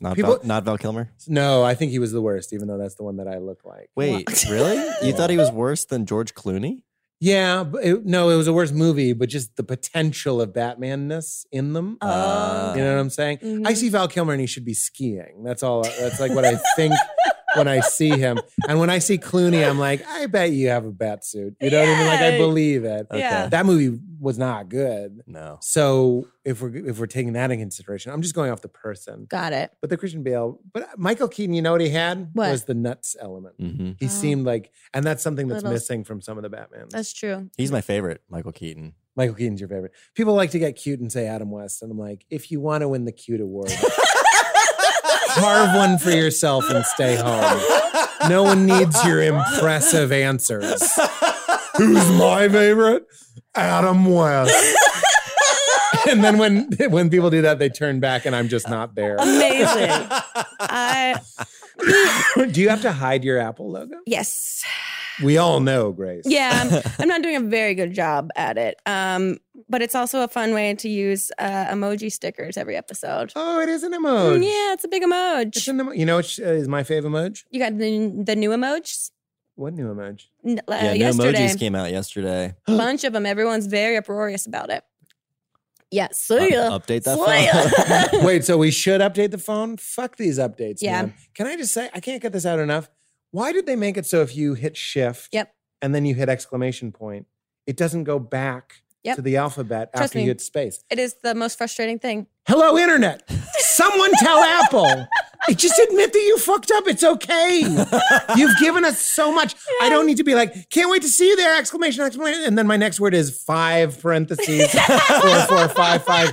Speaker 1: Not
Speaker 4: People-
Speaker 1: Val, not Val Kilmer.
Speaker 4: No, I think he was the worst, even though that's the one that I look like.
Speaker 1: Wait, really? You thought he was worse than George Clooney?
Speaker 4: Yeah, but it, no, it was a worse movie, but just the potential of Batmanness in them.
Speaker 5: Oh,
Speaker 1: Uh,
Speaker 4: You know what I'm saying? I
Speaker 5: Mhm.
Speaker 4: see Val Kilmer and he should be skiing. That's all. That's like what I think when I see him. And when I see Clooney, I'm like, I bet you have a bat suit. You know what I mean? Like I
Speaker 5: Yeah.
Speaker 4: believe it.
Speaker 5: Yeah.
Speaker 4: That movie was not good.
Speaker 1: No.
Speaker 4: So if we're if we're taking that in consideration, I'm just going off the person.
Speaker 5: Got it.
Speaker 4: But the Christian Bale, but uh, Michael Keaton, you know what he had
Speaker 5: What?
Speaker 4: was the nuts element.
Speaker 1: hmm
Speaker 4: He
Speaker 5: Oh.
Speaker 4: seemed like, and that's something that's
Speaker 5: Little-
Speaker 4: missing from some of the Batmans.
Speaker 5: That's true.
Speaker 1: He's my favorite, Michael Keaton.
Speaker 4: Michael Keaton's your favorite. People like to get cute and say Adam West, and I'm like, if you want to win the cute award, carve one for yourself and stay home. No one needs your impressive answers. Who's my favorite? Adam West. and then when when people do that, they turn back, and I'm just not there.
Speaker 5: Amazing. I
Speaker 4: do you have to hide your Apple logo?
Speaker 5: yes.
Speaker 4: We all know, Grace.
Speaker 5: Yeah, I'm, I'm not doing a very good job at it. Um, but it's also a fun way to use uh, emoji stickers every episode.
Speaker 4: Oh, it is an emoji.
Speaker 5: Yeah, it's a big
Speaker 4: It's
Speaker 5: emoji.
Speaker 4: an emo- you know what is my favorite emoji?
Speaker 5: You got the the new emojis
Speaker 4: What new emoji?
Speaker 5: N- uh,
Speaker 1: yeah, new
Speaker 5: yesterday.
Speaker 1: emojis came out yesterday.
Speaker 5: A bunch of them. Everyone's very uproarious about it. Yeah,
Speaker 1: Uh,
Speaker 5: see ya.
Speaker 1: update that
Speaker 5: See ya.
Speaker 1: phone.
Speaker 4: Wait, so we should update the phone? Fuck these updates.
Speaker 5: Yeah.
Speaker 4: man. Can I just say, I can't get this out enough. Why did they make it so if you hit shift
Speaker 5: Yep.
Speaker 4: and then you hit exclamation point, it doesn't go back
Speaker 5: Yep.
Speaker 4: to the alphabet
Speaker 5: Trust
Speaker 4: after
Speaker 5: me.
Speaker 4: you hit space?
Speaker 5: it is the most frustrating thing.
Speaker 4: Hello, internet. Someone tell Apple. Just admit that you fucked up. It's okay. You've given us so much. I don't need to be like, can't wait to see you there! Exclamation! Exclamation! And then my next word is five parentheses four four five five.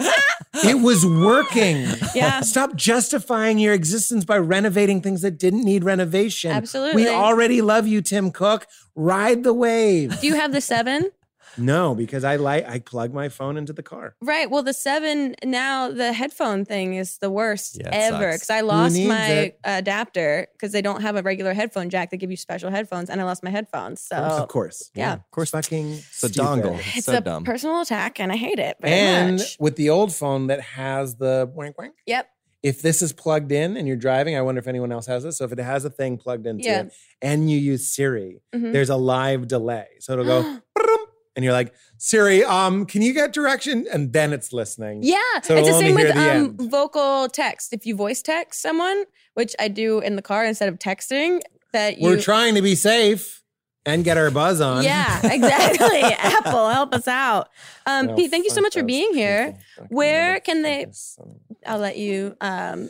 Speaker 4: It was working.
Speaker 5: Yeah.
Speaker 4: Stop justifying your existence by renovating things that didn't need renovation.
Speaker 5: Absolutely.
Speaker 4: We already love you, Tim Cook. Ride the wave.
Speaker 5: Do you have the seven?
Speaker 4: No, because I like I plug my phone into the car.
Speaker 5: Right. Well, the seven now the headphone thing is the worst
Speaker 1: Yeah, it
Speaker 5: ever
Speaker 1: sucks.
Speaker 5: because I lost
Speaker 4: needs
Speaker 5: my
Speaker 4: it?
Speaker 5: adapter because they don't have a regular headphone jack. They give you special headphones, and I lost my headphones. So
Speaker 4: Of course.
Speaker 5: Oh. Yeah.
Speaker 1: Of course,
Speaker 4: Fucking
Speaker 1: it's a dongle. It's,
Speaker 5: it's
Speaker 1: so
Speaker 5: a
Speaker 1: dumb.
Speaker 5: personal attack, and I hate it very
Speaker 4: And
Speaker 5: much.
Speaker 4: with the old phone that has the wank wank.
Speaker 5: Yep.
Speaker 4: if this is plugged in and you're driving, I wonder if anyone else has this. So if it has a thing plugged into
Speaker 5: Yeah.
Speaker 4: it and you use Siri,
Speaker 5: Mhm.
Speaker 4: there's a live delay. So it'll go "Ba-dum," and you're like, Siri, um, can you get direction? And then it's listening.
Speaker 5: Yeah,
Speaker 4: So
Speaker 5: it's the
Speaker 4: we'll
Speaker 5: same
Speaker 4: only
Speaker 5: with
Speaker 4: hear the
Speaker 5: um,
Speaker 4: end.
Speaker 5: vocal text. If you voice text someone, which I do in the car instead of texting, that you
Speaker 4: We're trying to be safe and get our buzz on.
Speaker 5: Yeah, exactly. Apple, help us out. Um,
Speaker 4: Oh,
Speaker 5: Pete, thank you so
Speaker 4: fuck
Speaker 5: much for
Speaker 4: those
Speaker 5: being here.
Speaker 4: people. Fucking
Speaker 5: Where can they-
Speaker 4: motherfuckers. Some
Speaker 5: I'll let you um,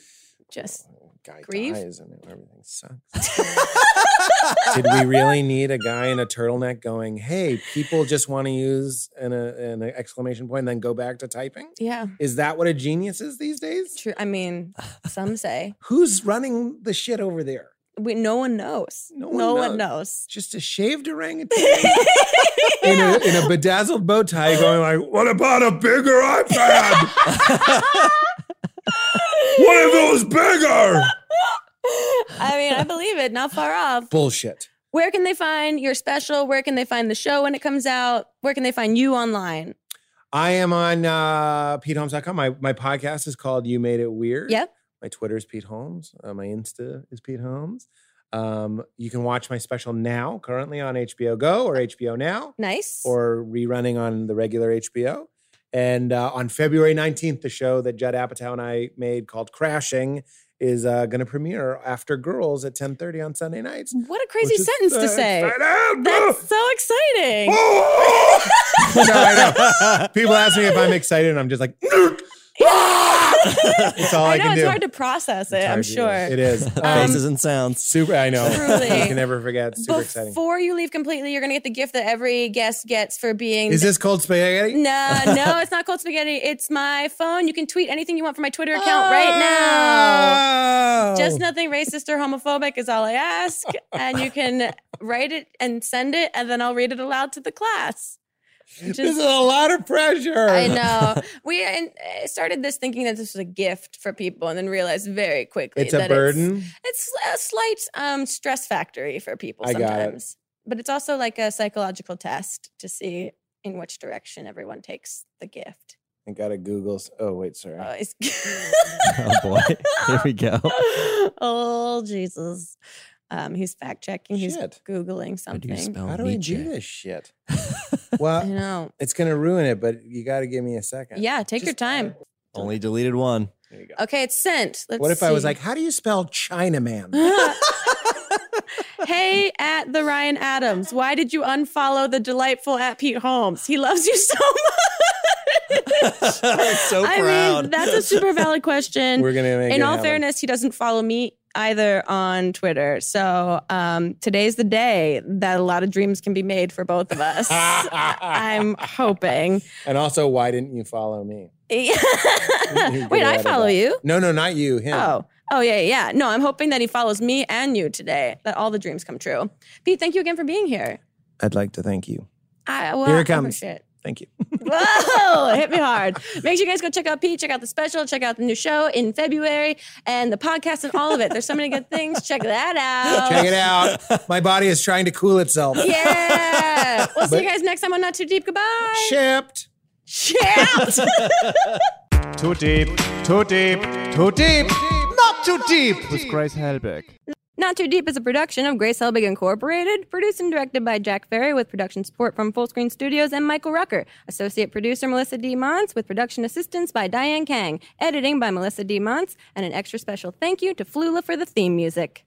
Speaker 5: just
Speaker 4: Guy
Speaker 5: grieve?
Speaker 4: dies and everything sucks. Did we really need a guy in a turtleneck going, "Hey, people just want to use an, uh, an exclamation point and then go back to typing"?
Speaker 5: yeah.
Speaker 4: Is that what a genius is these days?
Speaker 5: True. I mean, some say
Speaker 4: Who's running the shit over there?
Speaker 5: we, no one knows.
Speaker 4: No one
Speaker 5: knows.
Speaker 4: Just a shaved orangutan in, a, in a bedazzled bow tie going like, what about a bigger iPad? what if it was bigger?
Speaker 5: I mean, I believe it. Not far off.
Speaker 4: Bullshit.
Speaker 5: Where can they find your special? Where can they find the show when it comes out? Where can they find you online?
Speaker 4: I am on uh, PeteHolmes.com. My my podcast is called You Made It Weird.
Speaker 5: Yep.
Speaker 4: My Twitter is Pete Holmes. Uh, my Insta is Pete Holmes. Um, you can watch my special now, currently on HBO Go or HBO Now,
Speaker 5: Nice.
Speaker 4: or rerunning on the regular HBO. And uh, on February 19th, the show that Judd Apatow and I made called Crashing is uh, going to premiere after Girls at 10:30 on Sunday nights.
Speaker 5: what a crazy
Speaker 4: which is
Speaker 5: sentence
Speaker 4: so
Speaker 5: to say.
Speaker 4: exciting.
Speaker 5: That's so exciting.
Speaker 4: no, I know. People ask me if I'm excited, and I'm just like, it's all I,
Speaker 5: I know
Speaker 4: can
Speaker 5: it's
Speaker 4: do.
Speaker 5: hard to process it,
Speaker 4: It's
Speaker 5: I'm
Speaker 4: hard to do.
Speaker 5: sure.
Speaker 4: it is. Um,
Speaker 1: Faces and sounds.
Speaker 4: super. I know.
Speaker 5: Truly.
Speaker 4: You can never forget. Super
Speaker 5: Before
Speaker 4: exciting.
Speaker 5: you leave completely, you're gonna get the gift that every guest gets for being
Speaker 4: Is this cold spaghetti?
Speaker 5: No, no, it's not cold spaghetti. It's my phone. You can tweet anything you want from my Twitter account right now.
Speaker 4: Oh!
Speaker 5: Just nothing racist or homophobic is all I ask. And you can write it and send it, and then I'll read it aloud to the class. Which
Speaker 4: This
Speaker 5: is-
Speaker 4: is a lot of pressure.
Speaker 5: I know. We uh, started this thinking that this was a gift for people, and then realized very quickly
Speaker 4: It's a
Speaker 5: that
Speaker 4: burden.
Speaker 5: It's, it's a slight um, stress factory for people
Speaker 4: I got it.
Speaker 5: sometimes, but it's also like a psychological test to see in which direction everyone takes the gift.
Speaker 4: I gotta Google. s- Oh wait, sorry.
Speaker 5: Oh, it's-
Speaker 1: Oh boy. Here we go.
Speaker 5: oh Jesus. Um, he's fact checking. He's
Speaker 4: Shit.
Speaker 5: googling
Speaker 1: How do you
Speaker 5: something.
Speaker 1: spell
Speaker 4: How do we
Speaker 1: Nietzsche?
Speaker 4: do this shit?
Speaker 5: I
Speaker 4: well,
Speaker 5: know.
Speaker 4: it's gonna ruin it, but you gotta give me a second.
Speaker 5: Yeah, take your
Speaker 4: Just- uh,
Speaker 5: time.
Speaker 1: Only deleted one.
Speaker 4: There you go.
Speaker 5: Okay, it's sent. Let's
Speaker 4: What if I was
Speaker 5: see.
Speaker 4: like, how do you spell Chinaman?
Speaker 5: hey, at the Ryan Adams, why did you unfollow the delightful at Pete Holmes? He loves you so much.
Speaker 1: so
Speaker 5: I
Speaker 1: proud.
Speaker 5: mean, that's a super valid question.
Speaker 4: We're gonna make
Speaker 5: In
Speaker 4: it
Speaker 5: all
Speaker 4: happen.
Speaker 5: fairness, he doesn't follow me either on Twitter. So um, today's the day that a lot of dreams can be made for both of us. I'm hoping.
Speaker 4: And also, why didn't you follow me?
Speaker 5: Wait,
Speaker 4: You get out
Speaker 5: I
Speaker 4: of
Speaker 5: follow
Speaker 4: that.
Speaker 5: you.
Speaker 4: No, no, not you. Him.
Speaker 5: Oh, oh yeah, yeah. No, I'm hoping that he follows me and you today. That all the dreams come true. Pete, thank you again for being here.
Speaker 4: I'd like to thank you.
Speaker 5: I, well,
Speaker 4: Here it
Speaker 5: I
Speaker 4: comes.
Speaker 5: appreciate it.
Speaker 4: Thank you.
Speaker 5: Whoa, hit me hard. Make sure you guys go check out Pete, check out the special, check out the new show in February and the podcast and all of it. There's so many good things. Check that out.
Speaker 4: Check it out. My body is trying to cool itself.
Speaker 5: Yeah. We'll see you
Speaker 4: But-
Speaker 5: guys next time on Not Too Deep. Goodbye.
Speaker 4: Shipped.
Speaker 5: Shout.
Speaker 6: Too deep, too deep, too deep, not too deep with Grace Helbig.
Speaker 5: Not Too Deep is a production of Grace Helbig Incorporated, produced and directed by Jack Ferry with production support from Full Screen Studios and Michael Rucker, associate producer Melissa D. Monts with production assistance by Diane Kang, editing by Melissa D. Monts, and an extra special thank you to Flula for the theme music.